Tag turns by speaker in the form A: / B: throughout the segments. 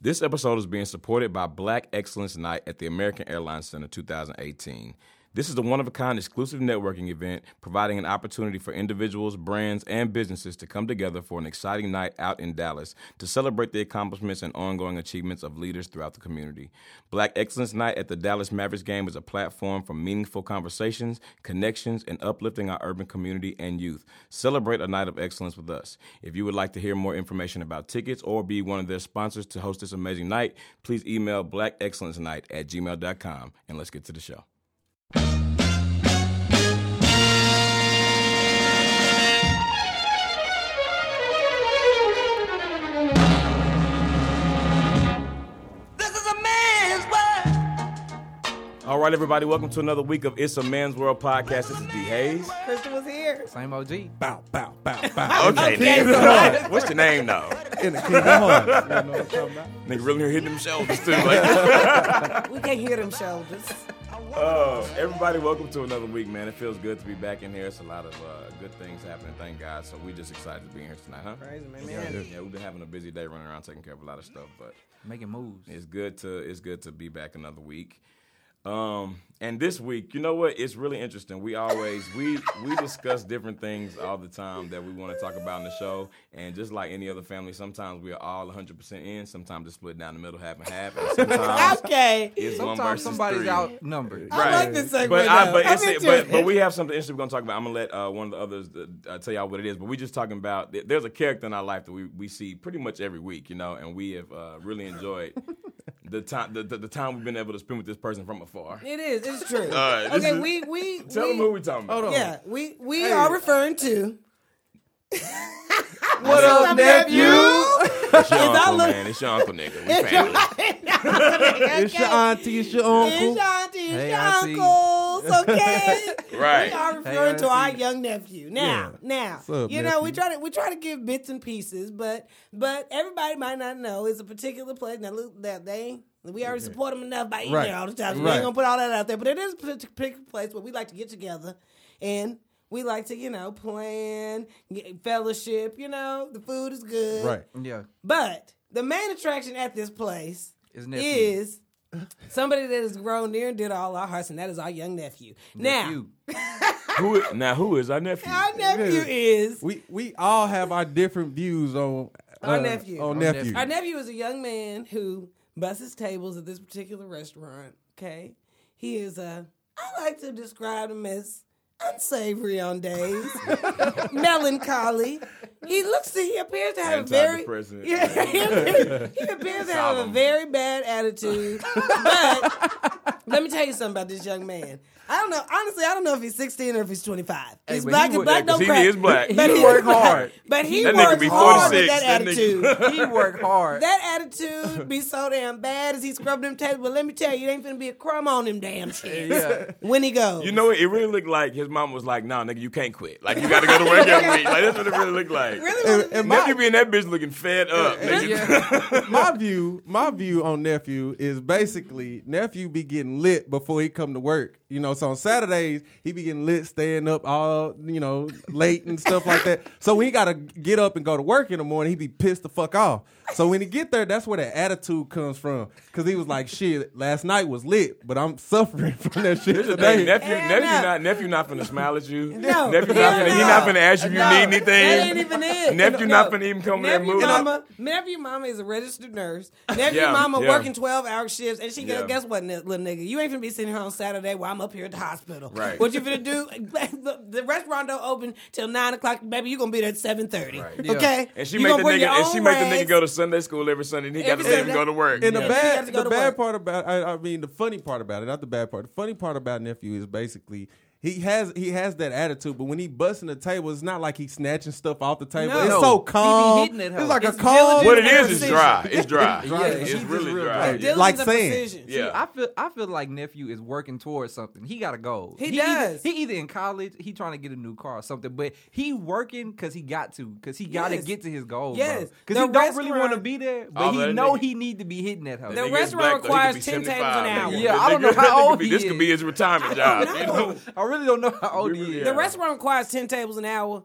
A: This episode is being supported by Black Excellence Night at the American Airlines Center 2018. This is the one of a kind exclusive networking event providing an opportunity for individuals, brands, and businesses to come together for an exciting night out in Dallas to celebrate the accomplishments and ongoing achievements of leaders throughout the community. Black Excellence Night at the Dallas Mavericks game is a platform for meaningful conversations, connections, and uplifting our urban community and youth. Celebrate a night of excellence with us. If you would like to hear more information about tickets or be one of their sponsors to host this amazing night, please email blackexcellencenight at gmail.com and let's get to the show.
B: This is a man's world.
A: All right, everybody, welcome to another week of It's a Man's World podcast. This is D Hayes.
C: Kristen was here.
D: Same OG.
E: bow, bow, bow, bow.
A: Okay, now. what's your name though?
E: In the kingdom hearts. You know what I'm talking about?
A: Nigga really here hitting them shoulders too. Like.
C: We can hear them shoulders.
A: oh, everybody, welcome to another week, man. It feels good to be back in here. It's a lot of uh, good things happening, thank God. So we just excited to be here tonight, huh?
C: Crazy, man.
A: Yeah, we've been having a busy day running around taking care of a lot of stuff, but
D: Making moves.
A: it's good to it's good to be back another week. Um, and this week, you know what? It's really interesting. We always we we discuss different things all the time that we want to talk about in the show. And just like any other family, sometimes we are all 100 percent in. Sometimes it's split down the middle, half and half. And sometimes
C: Okay.
A: it's one
D: Sometimes
A: versus
D: somebody's
A: three.
D: outnumbered.
C: I like this segment.
A: But, I, but,
C: though.
A: it's,
C: I'm
A: it,
C: into
A: but
C: it.
A: but we have something interesting we're gonna talk about. I'm gonna let uh, one of the others uh, uh, tell y'all what it is. But we're just talking about th- there's a character in our life that we, we see pretty much every week, you know, and we have uh, really enjoyed the time the, the, the time we've been able to spend with this person from afar.
C: It is. It's true.
A: right, this
C: okay,
A: is-
C: we we
A: Tell
C: we,
A: them who we're talking about.
D: Hold on.
C: Yeah, we we are referring to.
D: What up, nephew?
A: It's your
C: our
A: uncle,
C: little-
A: man. It's your uncle, nigga. We family.
E: It's your auntie, it's your uncle.
C: It's your auntie, it's
D: Hey,
C: your
D: auntie.
C: uncles, okay?
A: Right.
C: We are referring to our
D: auntie.
C: young nephew. Now,
E: Yeah.
C: now,
E: What's up,
C: you know, we
E: nephew?
C: try to we try to give bits and pieces, but but everybody might not know it's a particular place that look that they we already support them enough by email
E: Right.
C: all the time. So We
E: Right.
C: ain't gonna put all that out there, but it is a partic- particular place where we like to get together and. We like to, you know, plan, get- fellowship, you know, the food is good.
E: Right.
D: Yeah.
C: But the main attraction at this place
D: Is nephew.
C: is somebody that has grown near and dear to all our hearts, and that is our young nephew.
D: Nephew.
A: Who i- now? Who is our nephew?
C: Now, our nephew is
E: We we all have our different views on uh,
C: Our nephew.
E: On
C: Our
E: nephew.
C: our nephew is a young man who busts tables at this particular restaurant. Okay, he is a. I like to describe him as unsavory on days, melancholy. He looks. to- He appears to have a very.
A: Antidepressant.
C: Yeah, he appears, he appears to have a
A: Solemn.
C: very bad attitude, but. Let me tell you something about this young man. I don't know. Honestly, I don't know if he's 16 or if he's 25. He's
D: but
C: black and
D: he would-
C: black
A: yeah, 'cause
C: don't
A: he
C: crack.
A: is black.
C: But
D: He
C: he
D: work
C: black.
D: hard.
C: But he
A: That nigga
C: works
A: be
C: hard with
A: 46.
C: that,
A: That nigga-
C: attitude.
D: He worked hard.
C: that attitude be so damn bad as he scrubbed them tables. But let me tell you, it ain't finna be a crumb on them damn shit
D: yeah.
C: when he goes.
A: You know, what? it really looked like his mom was like, "Nah, nigga, you can't quit. Like, you got to go to work every week. Like, that's what it really looked like."
C: really?
E: And- and
A: Nephew
E: my,
A: being that bitch looking fed up. Nigga.
D: Yeah.
E: my view, my view on nephew is basically nephew be getting lit before he come to work. You know, so on Saturdays he be getting lit, staying up all you know late and stuff like that. So when he gotta get up and go to work in the morning, he be pissed the fuck off. So when he get there, that's where that attitude comes from. Cause he was like, "Shit, last night was lit, but I'm suffering from that shit
A: Here's the
E: today."
A: thing, nephew,
C: Hell
A: nephew
C: no.
A: not nephew not finna smile at you.
C: No.
A: nephew not
C: Hell
A: finna, he
C: no.
A: not finna ask you if you
C: No,
A: need anything.
C: That ain't even it.
A: Nephew not finna even come in that
C: nephew
A: mood.
C: Mama, nephew mama is a registered nurse. Nephew
A: Yeah,
C: mama
A: yeah.
C: working 12 hour shifts. And she goes,
A: Yeah.
C: guess what, n- little nigga? You ain't finna be sitting here on Saturday while I'm up here at the hospital.
A: Right.
C: What you finna do? the, the restaurant don't open till 9 o'clock. Baby, you gonna be there at 7.30.
A: Right.
D: Yeah.
C: Okay?
A: And she
C: You
A: make
C: gonna
A: the
C: bring
A: nigga
C: your
A: and
C: own
A: she make the
C: rags.
A: nigga go to Sunday school every Sunday and he got to
C: Every
A: let him
C: Sunday.
A: go to work.
E: And
A: Yeah.
E: the
C: You have
E: bad,
C: to go
E: the
C: to
E: bad
C: work.
E: part about, I, I mean, the funny part about it, not the bad part. The funny part about nephew is basically he has he has that attitude, but when he busting the table, it's not like he's snatching stuff off the table.
C: No.
E: It's
D: No. He
E: so
D: be
E: calm.
D: hitting it, huh?
E: it's like
D: It's
E: a calm.
C: diligent
A: what it
C: and
A: is is
C: precision.
A: dry. It's dry.
D: Yeah,
A: it's,
D: she's
A: really
D: real
A: dry.
E: dry.
C: Diligence
E: like
C: and
E: sand.
C: precision.
A: Yeah.
D: I feel I feel like nephew is working towards something. He got a goal.
C: He
D: either-
C: does.
D: he either in college, he trying to get a new car or something, but he working because he got to, because he got to
C: Yes.
D: get to his goal.
C: Yes. The
D: because he don't really
C: restaurant-
D: want to be there, but
A: All
D: he
A: that
D: know
A: nigga-
D: he need to be hitting that house.
C: The
A: Nigga, it's black,
C: restaurant
A: though. He
C: requires
A: could be
C: 10 tables
A: 75,
C: an
A: nigga.
C: hour.
D: Yeah,
A: This
D: I don't
A: nigga-
D: know how
A: this could
D: old
A: be-
D: he
A: This could be
D: is.
A: his retirement job. you know?
D: I really don't know how old
A: We
D: he
A: really
D: is.
C: The
A: Yeah.
C: restaurant requires 10 tables an hour.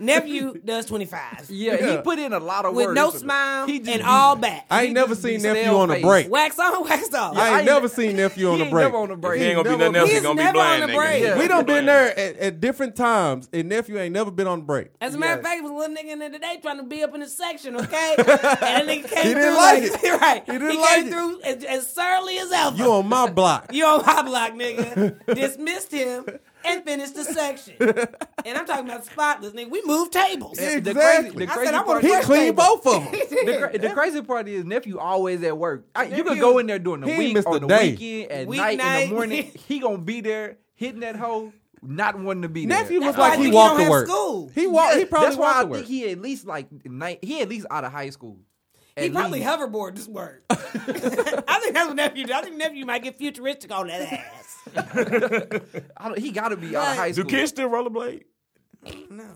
C: Nephew does 25.
D: Yeah, he put in a lot of
C: With
D: work.
C: no smile
D: He just
C: and
D: be-
C: all back.
E: I ain't
D: He
E: never
D: just be
E: seen nephew
D: stale
E: on a
D: face.
E: break.
C: wax on, wax off.
E: I ain't,
D: ain't-
E: never seen nephew on
D: he
E: a
D: ain't
E: break.
D: never on a break.
A: He ain't gonna be nothing else. He
C: He's
A: gonna be
C: never
A: blind.
C: on the
A: nigga.
C: break.
D: Yeah.
E: We done been there at, at different times, and nephew ain't never been on a break.
C: As a matter of
D: Yeah.
C: fact, it was a little nigga in there today trying to be up in the section, okay? and that nigga came
E: didn't
C: through
E: like it.
C: right.
E: He didn't
C: came
E: like it.
C: through as, as surly as ever.
E: You on my block?
C: You on my block, nigga. Dismissed him and finished the section. And I'm talking about spotless, nigga. We moved tables.
E: Yeah,
D: The Crazy,
E: Exactly.
D: the
C: I
D: crazy
C: said, I
D: part,
C: wanna
E: he
C: First
E: cleaned
C: table.
E: both of them.
D: the, cra- the crazy part is nephew always at work. I, you could
C: Nephew-
D: go in there during the
E: he ain't
D: week,
E: missed
D: on
E: a
D: the
E: day.
D: weekend, at night,
C: Weeknight.
D: in the morning. He gonna be there hitting that hoe, not wanting to be
E: Nephew
D: there.
C: That's
E: looked
C: why I
E: like he
C: think he
E: walked
C: don't
E: to
C: have
E: work.
C: school.
E: He walked. He
D: Yeah,
E: probably
D: That's why
E: walked
D: I
E: to work.
D: think he at least like ni- he at least out of high school.
C: He
D: At
C: probably
D: least.
C: hoverboard this word. I think that's what nephew did. I think nephew might get futuristic on that ass.
D: I don't- he got to be out of
C: Right.
D: high
A: Do
D: school.
A: kids still rollerblade?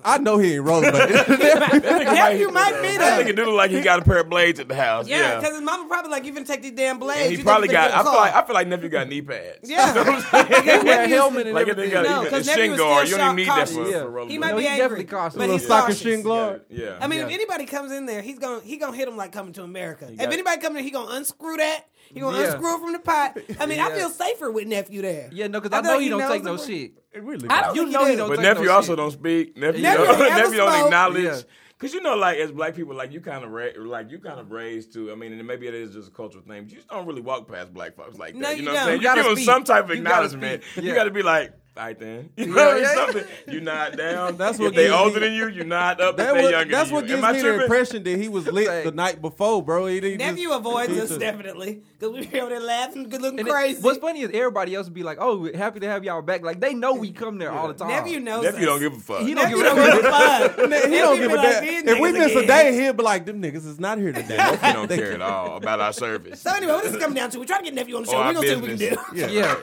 E: I know he ain't rolling, but
C: nephew might be
A: That
C: there.
A: nigga do look like he got a pair of blades at the house.
C: Yeah,
A: Yeah,
C: because his mama probably like, you finna take these damn blades.
A: and
C: you
A: he
C: think
A: probably
C: you finna
A: got.
C: get
A: I
C: a
A: feel
C: car.
A: like I feel like nephew got knee pads.
C: Yeah.
D: He wear a helmet and
A: Like if they
D: everything.
A: got
C: No,
A: you got a
C: 'cause nephew
A: shin
C: was
A: guard, you
C: still
A: don't even need
C: shock
A: that for,
D: cautious.
A: for rollerblade.
C: He might
D: No,
C: be
D: he
C: angry,
D: definitely cautious.
C: but
E: little
C: he's
E: soccer
C: cautious.
E: shin guard.
A: Yeah.
C: I mean, if
D: Yeah.
C: anybody comes in there, he's gonna he gonna hit him like coming to America. If
A: got-
C: anybody comes in, he gonna unscrew that. He gonna
D: Yeah.
C: unscrew it from the pot. I mean, I
D: Yeah.
C: feel safer with nephew there.
D: Yeah, no, because
C: I
D: I,
C: feel
D: know
C: like
D: he
C: he
D: don't
C: knows
D: take
C: the
D: no
C: word.
D: shit.
C: I don't
D: You
C: think
D: know he
C: do.
D: don't
A: But
D: take no
A: nephew also
D: shit.
A: don't speak. Nephew,
C: Nephew
A: don't,
C: ain't ever
A: nephew don't
C: spoke.
A: acknowledge.
D: Yeah.
A: Cause you know, like as black people, like you kind of ra- like you kind of raised to. I mean, and maybe it is just a cultural thing. But you just don't really walk past black folks like that.
C: No, you
A: know what
C: don't.
A: I'm saying? You,
C: You
D: gotta
A: give them
D: speak.
A: some type of
D: You gotta
A: acknowledgement.
D: speak.
A: You
D: Yeah.
A: got to be like, all right then, you know,
D: yeah.
A: something. You not down.
E: That's
A: That's
E: what
A: what they
E: gives me-
A: older than you. You not up.
E: that
A: if they
E: was,
A: younger
E: that's
A: than
E: what
A: you. Am
E: gives me
A: I
E: the
A: tripping?
E: impression that he was lit the night before, bro. He didn't
C: Nephew
E: just,
C: avoids
E: he
C: us
E: just-
C: definitely because we over there laughing, good looking
D: And it-
C: crazy.
D: what's funny is everybody else would be like, "Oh, happy to have y'all back." Like they know we come there all the time.
C: nephew knows.
A: Nephew
C: us.
A: don't give a fuck.
D: He don't
C: Nephew
D: give
C: don't
D: a
C: give a
D: fuck.
C: fuck.
E: He don't give a damn. if we miss a day, he'll be like, "Them niggas is not here today."
A: Nephew don't care at all about our service.
C: So anyway, what this is coming down to, we try to get nephew on the
A: Or
C: show.
A: Oh, our
C: We're gonna see what we can do.
A: business.
E: yeah.
D: Yeah,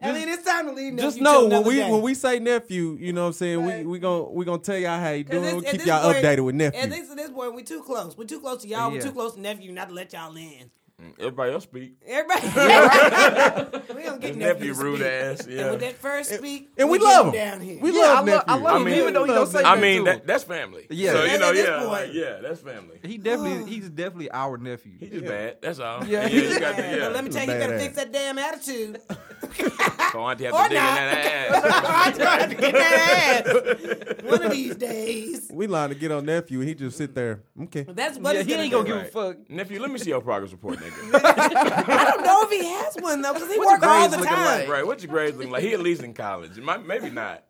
C: I mean, it's time to leave. Nephew
E: Just
C: till
E: know when
C: another
E: we
C: day.
E: when we say nephew, you know what I'm saying.
C: Right.
E: We we gonna we gonna tell y'all how you
C: At
E: doing.
C: this-
E: We'll
C: at
E: keep
C: this
E: y'all
C: point-
E: updated with
C: At
E: nephew.
C: this, at this point, we too close. We're too close to y'all. We're
D: Yeah.
C: too close to nephew not to let y'all in.
A: Everybody else speak.
C: Everybody, we don't get nephew
A: Nephew
C: to
A: rude
C: speak.
A: ass.
C: And with
A: Yeah.
C: that first speak,
E: And we
C: get
E: love
C: him
E: him.
C: down here.
E: We
D: Yeah,
E: love
D: I love-
E: nephew.
D: I love
A: him, I mean-
D: even though he don't say
A: I
D: that
A: mean,
D: too.
A: that, that's family.
D: Yeah.
A: So
D: That's
A: you know,
C: at this
A: yeah,
C: point.
A: like, yeah, that's family.
D: he definitely he's definitely our nephew.
A: He just bad. That's all.
D: Yeah.
A: Yeah, you got to,
C: Yeah,
A: yeah.
C: But let me tell you, you better fix that damn attitude. or
A: so Oh, auntie have
C: Or
A: to dig in
C: not.
A: that ass.
C: I'm trying to get that ass. One of these days.
E: We lying to get on nephew, and he just sit there. Okay.
C: That's what
D: yeah,
C: he's
D: he
C: gonna
D: ain't gonna
C: do.
D: give a fuck.
A: Nephew, let me see your progress report, nigga.
C: I don't know if he has one though, because he
D: What's
C: works
D: your
C: all
D: grades
C: the
D: looking
C: time.
D: like?
A: right, what's your grades looking like? He at least in college. It might- maybe not.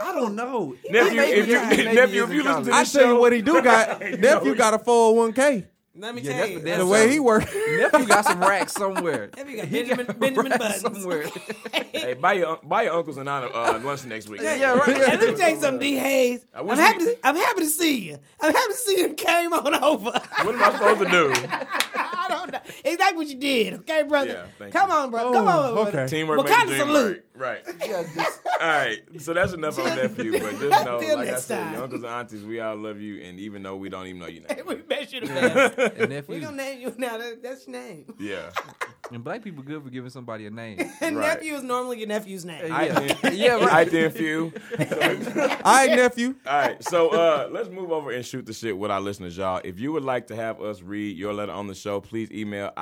D: I don't know.
A: Nephew,
C: maybe
A: if you,
C: not. Maybe
A: nephew,
D: he's
A: if you
D: in
A: listen to
E: I
A: this
E: tell
A: show,
E: you what he do got. nephew got a 401k.
C: Let me
D: Yeah,
C: tell
D: that's
C: you,
D: what that's
E: The way he work.
D: Nephew got some racks somewhere.
C: Nephew got
D: He
C: Benjamin- Benjamin
D: racks
C: Buttons.
D: somewhere.
A: hey, buy your buy your uncles and aunt uh, lunch next week.
D: yeah,
C: And let
D: right.
C: me tell you something, D. Hayes.
A: I
C: I'm
A: wish
C: happy,
A: we-
C: to, I'm happy to see you. I'm happy to see you came on over.
A: What am I supposed to do?
C: I don't know. Exactly what you did, okay, brother?
A: Yeah, thank
C: Come
A: you.
C: on, brother.
E: Oh,
C: Come on, brother.
E: okay.
A: Teamwork
C: Wakanda
A: makes the dream
C: salute.
A: work. Right. all right. So that's enough on nephew. But just know,
C: Till
A: like I
C: next
A: said,
C: time.
A: your uncles and aunties, we all love you, and even though we don't even know your name.
C: We met you the best.
D: And
C: We
D: nephew
C: gonna name you now. That, that's your name.
A: Yeah.
D: and black people good for giving somebody a name.
C: And
A: Right.
C: nephew is normally your nephew's name.
A: I
D: Yeah,
A: did.
D: yeah
A: I
D: right.
A: did few.
E: All right, nephew.
A: All right, so uh, let's move over and shoot the shit with our listeners, y'all. If you would like to have us read your letter on the show, please email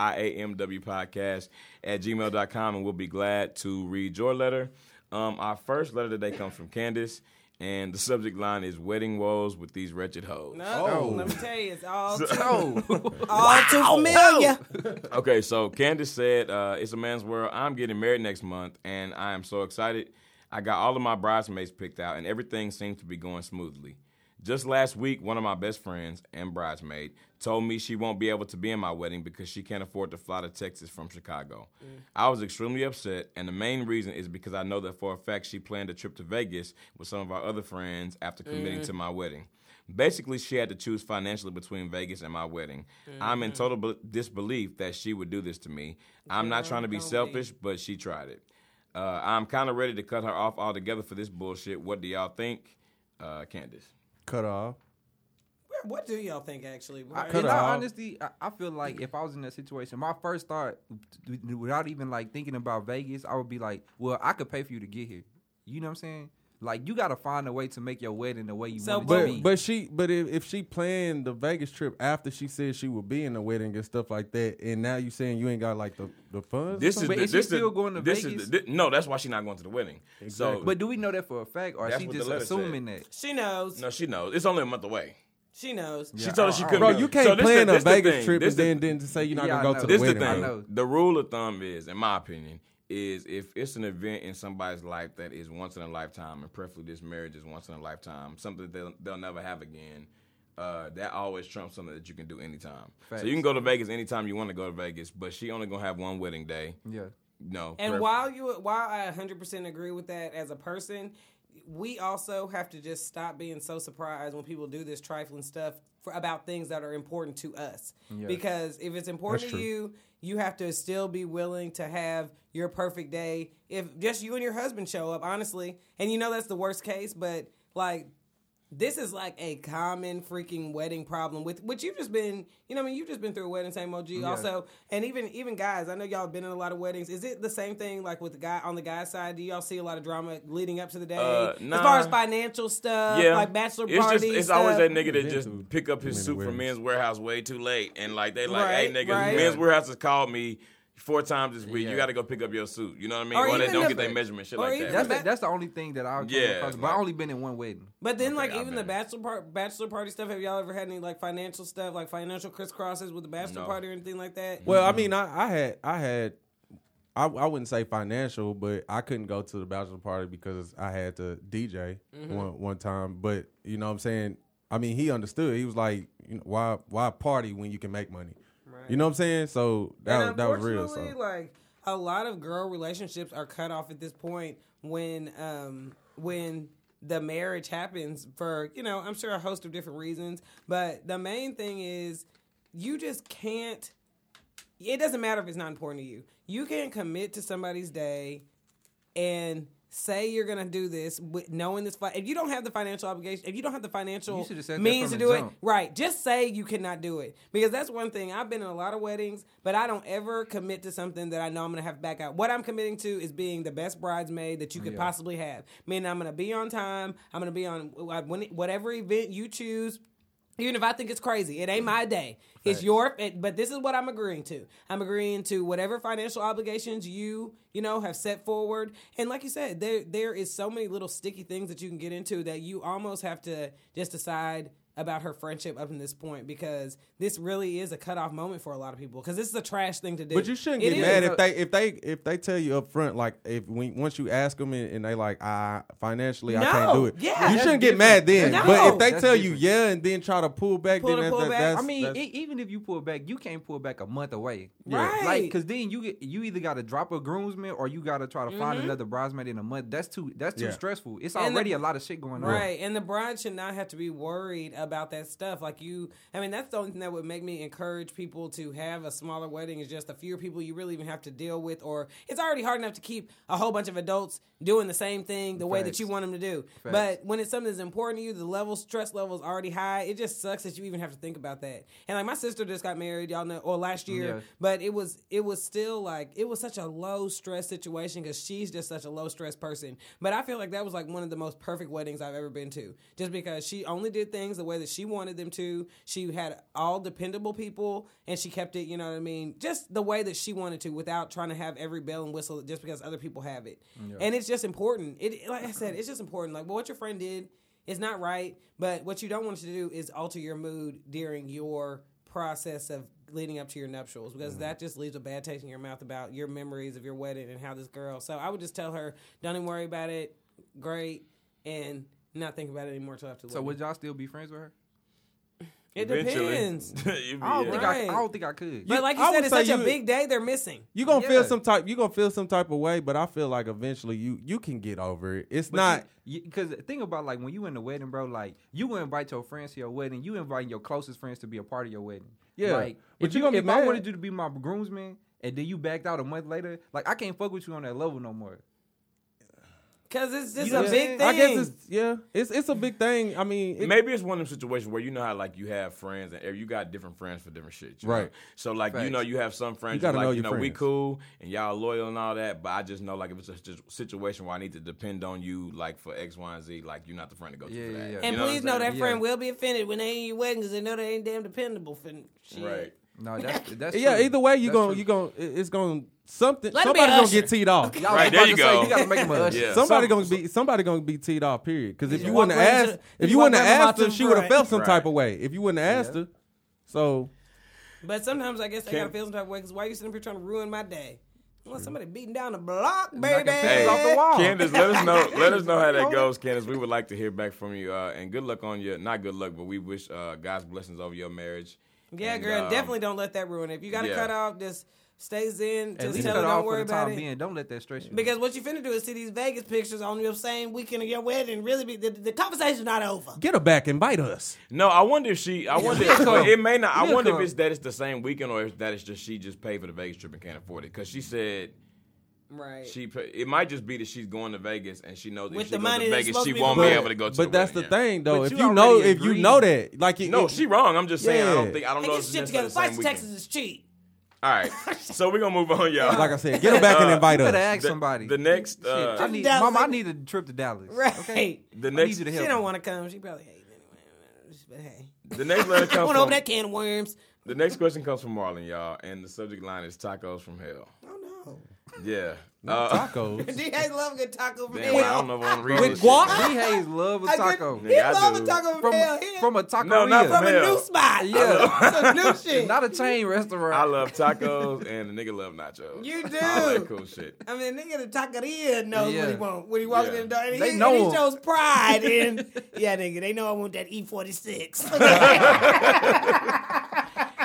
A: iamwpodcast at gmail.com and we'll be glad to read your letter. Um, our first letter today comes from Candace, and the subject line is Wedding Woes with These Wretched Hoes.
C: Oh. Let me tell you, it's all too,
D: Oh,
C: all too familiar.
A: Okay, so Candace said, uh, It's a man's world. I'm getting married next month, and I am so excited. I got all of my bridesmaids picked out, and everything seems to be going smoothly. Just last week, one of my best friends and bridesmaid told me she won't be able to be in my wedding because she can't afford to fly to Texas from Chicago. I was extremely upset, and the main reason is because I know that for a fact she planned a trip to Vegas with some of our other friends after committing to my wedding. Basically, she had to choose financially between Vegas and my wedding. I'm in total bel disbelief that she would do this to me. I'm not trying to be selfish, but she tried it. Uh, I'm kind of ready to cut her off altogether for this bullshit. What do y'all think, uh, Candace?
E: Cut off.
C: What do y'all think, actually?
D: I,
E: Cut
D: in
E: her
D: all
E: off.
D: honesty, I, I feel like if I was in that situation, my first thought, w- without even like thinking about Vegas, I would be like, "Well, I could pay for you to get here." You know what I'm saying? Like you got to find a way to make your wedding the way you
C: So
D: want it to be.
E: But but she but if, if she planned the Vegas trip after she said she would be in the wedding and stuff like that, and now you saying you ain't got like the the funds. or
A: This is
D: But
E: something?
A: the-
D: is she
A: this
D: still
A: the,
D: going to
A: this is
D: Vegas?
A: the- thi- no, that's why she's not going to the wedding. So,
D: but do we know that for a fact, or is
A: That's
D: she
A: what the
D: just
A: letter said.
D: assuming that?
C: She knows.
A: no, she knows it's only a month away.
C: She knows.
A: She told us she couldn't.
E: bro,
A: go.
E: you
A: So
E: can't
A: this
E: plan
A: the-
E: a
A: this the
E: Vegas
A: thing.
E: trip
A: This
E: and
A: the-
E: then then say you're not
D: Yeah, I
E: gonna
D: know.
E: go to the
A: This
E: wedding.
A: the
D: I
A: thing.
D: know.
A: The rule of thumb is, in my opinion, is if it's an event in somebody's life that is once in a lifetime, and preferably this marriage is once in a lifetime, something that they'll, they'll never have again. Uh, that always trumps something that you can do anytime. So you can go to Vegas anytime you want to go to Vegas, but she only gonna have one wedding day.
D: Yeah.
A: No.
C: And
A: pref-
C: while you while I 100% agree with that as a person, we also have to just stop being so surprised when people do this trifling stuff for, about things that are important to us. Because if it's important to you, you have to still be willing to have your perfect day. If just you and your husband show up, honestly, and you know that's the worst case, but like this is like a common freaking wedding problem with which you've just been you know i mean you've just been through a wedding same og also and even even guys i know y'all been in a lot of weddings is it the same thing like with the guy on the guy side do y'all see a lot of drama leading up to the day
A: Uh,
C: as far
A: nah.
C: as financial stuff
A: yeah,
C: like bachelor
A: it's
C: parties
A: Just, it's always
C: stuff?
A: that nigga that
E: Been
A: just
E: to
A: pick up his
E: many
A: suit from
E: weddings.
A: Men's Warehouse way too late, and like they like,
C: Right,
A: hey nigga,
C: right.
A: Men's Warehouse has called me four times this week. You
D: Yeah.
A: got to go pick up your suit. You know what I mean?
C: Or
A: Or, they
C: even
A: don't
C: if-
A: get their measurement shit
C: or
A: like
C: even
A: that.
D: That's
C: But-
D: the, that's the only thing that I've
A: Yeah,
D: yeah, across, but I
A: like-
D: only been in one wedding.
C: But then, like
A: I've been
C: even the
A: there.
C: bachelor part, bachelor party stuff. Have y'all ever had any like financial stuff, like financial crisscrosses with the bachelor
A: No.
C: party or anything like that?
E: Well, I mean, I, I had, I had, I, I wouldn't say financial, but I couldn't go to the bachelor party because I had to DJ
A: Mm-hmm.
E: one one time. But you know, what I'm saying, I mean, he understood. He was like, you know, why why party when you can make money? You know what I'm saying? So that was,
C: and
E: that was real. So.
C: unfortunately, like a lot of girl relationships are cut off at this point when um when the marriage happens for you know I'm sure a host of different reasons, but the main thing is you just can't. It doesn't matter if it's not important to you. You can't commit to somebody's day and say you're gonna do this with knowing this. fi- If you don't have the financial obligation, if you don't have the financial
D: You should've said that
C: means to
D: from
C: do
D: the
C: it,
D: jump.
C: right? Just say you cannot do it because that's one thing. I've been in a lot of weddings, but I don't ever commit to something that I know I'm gonna have to back out. What I'm committing to is being the best bridesmaid that you could possibly have. Meaning I'm gonna be on time. I'm gonna be on uh, when, whatever event you choose. Even if I think it's crazy, it ain't my day. It's your, it, but this is what I'm agreeing to. I'm agreeing to whatever financial obligations you, you know, have set forward. And like you said, there there is so many little sticky things that you can get into that you almost have to just decide about her friendship up in this point because this really is a cutoff moment for a lot of people because this is a trash thing to do.
E: But you shouldn't
C: It
E: get
C: is.
E: mad if they if they if they tell you up front like if when once you ask them and, and they like I financially I can't
C: No,
E: do it.
C: yeah.
E: you shouldn't
D: That's
E: get mad then.
D: different.
E: But if
C: No.
E: they
D: That's
E: tell you
D: different.
E: yeah and then try to pull back,
C: Pull
E: then
C: the
E: that's,
C: pull
E: that-
C: back.
E: that's
D: I mean,
E: that's-
D: e- even if you pull back, you can't pull back a month away,
C: Right.
D: Like, cause then you get, you either got to drop a groomsman or you got to try to find another bridesmaid in a month. That's too that's too
E: Yeah.
D: stressful. It's
C: Mm-hmm. And the-
D: already a lot of shit going on.
C: Right, and the bride should not have to be worried about that stuff. Like you, I mean, that's the only thing that would make me encourage people to have a smaller wedding is just the fewer people you really even have to deal with, or it's already hard enough to keep a whole bunch of adults doing the same thing the way that
D: Facts.
C: you want them to do. But when it's something that's important to you, the level stress level is already high. It just sucks that you even have to think about that. And like my sister just got married, y'all know, or last year,
D: Yeah.
C: but it was it was still like it was such a low stress situation because she's just such a low stress person. But I feel like that was like one of the most perfect weddings I've ever been to, just because she only did things the way that she wanted them to. She had all dependable people, and she kept it. You know what I mean? Just the way that she wanted to, without trying to have every bell and whistle just because other people have it. And it's just important. It like I said, it's just important. Like what your friend did is not right, but what you don't want to do is alter your mood during your process of leading up to your nuptials because that just leaves a bad taste in your mouth about your memories of your wedding and how this girl. So I would just tell her, don't even worry about it. Great, and not think about it anymore till after.
D: So
C: wedding.
D: would y'all still be friends with her?
C: it
A: Eventually.
C: depends.
A: You be-
D: I don't
A: yeah.
D: think I,
C: Right.
D: I don't think I could.
C: but like you
E: I
C: said,
E: would
C: it's
E: say
C: such a
E: you-
C: big day. They're missing.
E: you gonna
D: Yeah.
E: feel some type you gonna feel some type of way, but I feel like eventually you you can get over it. It's not
D: because think about like when you in the wedding, bro. Like you gonna invite your friends to your wedding, you inviting your closest friends to be a part of your wedding.
E: Yeah,
D: like,
E: but
D: if
E: you
D: you,
E: gonna be
D: if I
E: mad.
D: wanted you to be my groomsman and then you backed out a month later, like I can't fuck with you on that level no more.
C: because it's just
D: know
C: a
D: what I'm
C: big
D: saying?
C: thing.
E: I guess it's yeah, it's it's a big thing. I mean, it,
A: Maybe it's one of them situations where you know how like you have friends and every- you got different friends for different shit, you know?
E: Right.
A: So like you
D: Facts.
A: know you have some friends
E: You gotta
A: like
E: know
A: you know
E: your
A: we
E: friends.
A: cool and y'all loyal and all that, but I just know like if it's a situ- situation where I need to depend on you like for X, Y, and Z, like you're not the friend to go to
D: Yeah,
A: for
D: yeah,
A: that.
D: yeah.
A: You
C: and
A: what
C: please
A: I'm
C: know
A: saying?
C: that friend
D: Yeah.
C: will be offended when they ain't in your wedding because they know they ain't damn dependable for shit.
A: right.
D: No, that's that's
E: yeah.
D: true.
E: Either way, you
D: That's
E: gonna
D: true.
E: you gonna it's gonna something.
C: Let it be
E: somebody's gonna
C: Usher.
E: get teed off.
D: I was
A: Right,
D: about
A: there you
D: to say,
A: go.
D: you gotta make him a usher.
A: Yeah.
E: Somebody gonna be somebody gonna be teed off. Period. Because if
C: Yeah.
E: you
C: Walk
E: wouldn't
C: right
E: have
C: to
E: asked,
C: the-
E: if
C: you
E: you wouldn't
C: walk right
E: have
C: to
E: asked
C: the
E: her, she would have
C: front.
E: felt some
A: Right.
E: type of way. If you wouldn't have asked her, so
C: But sometimes I guess they
A: Can-
C: gotta feel some type of way because why you sitting up here trying to ruin my day? I want somebody beating down the block,
D: Knocking
C: baby.
D: things off the wall.
A: Candace, let us know. Let us know how that goes, Candace. We would like to hear back from you, uh, and good luck on your not good luck, but we wish uh, God's blessings over your marriage.
C: Yeah,
A: And,
C: girl,
A: um,
C: definitely don't let that ruin it. If you gotta
A: yeah.
C: cut off, just stays in.
D: At
C: Just
D: least
C: tell her
D: cut off
C: don't
D: for
C: worry
D: the
C: about
D: time
C: it.
D: being. Don't let that stress you.
C: Because what you finna do is see these Vegas pictures on your same weekend of your wedding. Really, be the, the conversation's not over.
E: get her back. Invite us.
A: No, I wonder if she. I wonder.
D: We'll
A: but
D: come.
A: it may not. I
D: We'll
A: wonder if
D: come.
A: it's that it's the same weekend or if that it's just she just paid for the Vegas trip and can't afford it. Because she said
C: Right.
A: she. pay- It might just be that she's going to Vegas and she knows
C: With
A: if she
C: the
A: goes
C: money
A: to
C: that's
A: Vegas
C: supposed
A: she
C: to be
A: won't be
C: going.
A: able to go to.
E: But that's the
A: wedding, yeah.
E: thing, though.
D: But
E: if
D: you
E: you know,
D: already
E: if you
D: agreed.
E: know that, like, it,
A: No,
E: it-
A: she wrong. I'm just saying. I don't
E: Yeah.
A: think. I don't
C: Hey,
A: know.
C: get
A: if
C: your
A: it's
C: shit together.
A: necessarily the same
C: Flights to
A: weekend.
C: Texas is cheap.
A: All right. So we're gonna move on, y'all.
E: like I said, get her back
A: Uh,
E: and invite
D: better
E: us.
D: ask somebody.
A: The next.
D: Shit, I
A: Uh,
D: need,
C: Dallas,
D: Mama, I
C: like-
D: need a trip to Dallas.
C: Right.
A: the
D: I need
A: next.
D: you to
C: She
D: help.
C: don't
D: me.
C: want to come. She probably hates anyway. But hey,
A: The next letter
C: I
A: comes
C: want to
A: from.
C: open that can of worms.
A: The next question comes from Marlon, y'all, and the subject line is tacos from hell.
C: Oh
A: Yeah. Uh,
C: no,
E: Tacos.
C: D H's love a good taco from
A: damn,
C: hell.
A: I don't know if I'm reading
E: With guac?
D: He hates love of
C: A good-
D: taco.
C: He
A: Yeah, I
C: love
A: do.
C: a taco from,
D: From,
C: hell. He-
D: from a taco.
A: No, not
C: from a
A: hell.
C: new spot.
D: Yeah.
C: Some new shit.
D: Not a chain restaurant.
A: I love tacos, and the nigga love nachos.
C: You do.
A: All that cool shit.
C: I mean, nigga, the taqueria knows what he
D: Yeah.
C: wants when he walks
A: Yeah.
C: in the door. And
D: They
C: he,
D: know
C: and he
D: him.
C: shows pride in, yeah, nigga, they know I want that E E46.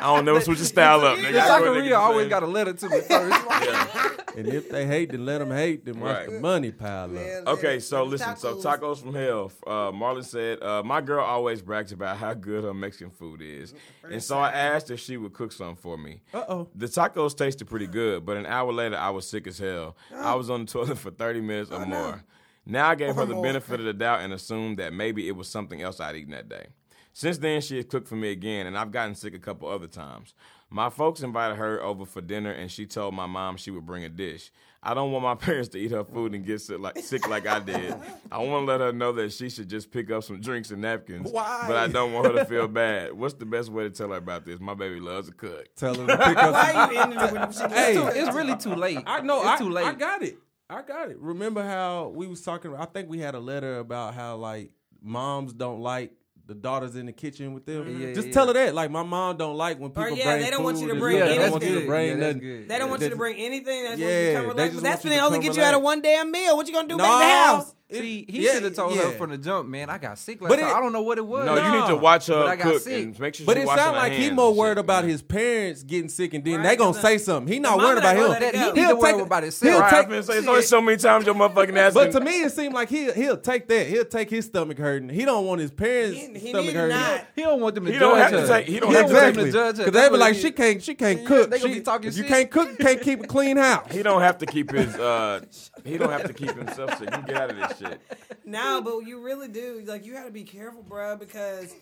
A: I don't never switch your style up, nigga.
D: the
A: I go with
D: taqueria
A: niggas
D: always
A: saying-
D: got a letter to it first.
E: and if they hate, then let them hate. Then watch
A: Right.
E: the money pile up.
A: Okay, so listen. So tacos from hell. Uh, Marlon said, uh, "My girl always brags about how good her Mexican food is," and so I asked if she would cook some for me. Uh
E: Uh-oh.
A: The tacos tasted pretty good, but an hour later, I was sick as hell. I was on the toilet for thirty minutes or more. Now I gave her the
C: more.
A: benefit of the doubt and assumed that maybe it was something else I'd eaten that day. Since then, she has cooked for me again, and I've gotten sick a couple other times. My folks invited her over for dinner, and she told my mom she would bring a dish. I don't want my parents to eat her food and get sick like, sick like I did. I want to let her know that she should just pick up some drinks and napkins.
E: Why?
A: But I don't want her to feel bad. What's the best way to tell her about this? My baby loves to cook.
E: Tell them to pick up.
C: Why are you ending it with shit?
E: Hey,
D: Dude, it's really too late.
E: I know.
D: It's
E: I,
D: too late.
E: I got it. I got it. Remember how we was talking? I think we had a letter about how like moms don't like the daughters in the kitchen with them.
D: Yeah, yeah,
E: Just
D: yeah.
E: tell her that. Like my mom don't like when people.
C: Or, yeah,
E: bring
C: they don't want
E: food
C: you to
E: and
C: bring
E: stuff. They don't
D: anything.
E: want you to
D: Yeah,
E: bring
D: that's
E: nothing.
D: good.
C: they don't want you to
E: That's-
C: bring anything. That's
E: Yeah,
C: yeah, what you come
E: they
C: relax.
E: just
C: But that's
E: want you
C: gonna
E: to
C: only
E: come
C: get you out of
E: relax.
C: one damn meal. What you gonna do
E: Nah.
C: back to the house?
D: See, he
E: Yeah,
D: should have told her
E: yeah.
D: from the jump, man. I got sick last
E: But
D: time.
E: it-
D: I don't know what it was.
A: No, you need to
E: No.
A: watch her
D: But I got
A: cook
D: sick.
A: and make sure.
E: But
A: she
E: it
A: washing
E: sound
A: her
E: like he
A: hands
E: more
A: and
E: worried
A: shit,
E: about
A: yeah.
E: his parents getting sick, and then
C: Right,
E: they gonna
C: cause
E: say something. He not
C: mama
E: worried
C: not
E: about
C: gonna
E: him.
C: let it go.
E: He'll
C: He
D: the one
E: take-
D: who about himself.
E: He'll
D: Right,
A: I've
E: take.
A: been saying it's only so many times your motherfucking ass.
E: But
A: been-
E: to me, it seemed like he he'll take that. He'll take his stomach hurting. He don't want his parents'
C: He- he
E: stomach
C: need
E: hurting.
C: not.
D: He don't want them to
A: He
D: judge
A: don't have to
D: her.
A: take- he don't
D: want
A: have to
D: them
E: exactly.
D: judge her.
E: Because they
D: That's
E: be
D: what
E: like,
D: it
E: she
D: is.
E: can't, she can't
D: Yeah,
E: cook.
D: they gonna
E: She-
D: be talking
E: if you
D: shit.
E: can't cook, you can't keep a clean house.
A: He don't have to keep his. uh He don't have to keep himself sick. You get out of this shit.
C: No, but you really do. Like you got to be careful, bruh, because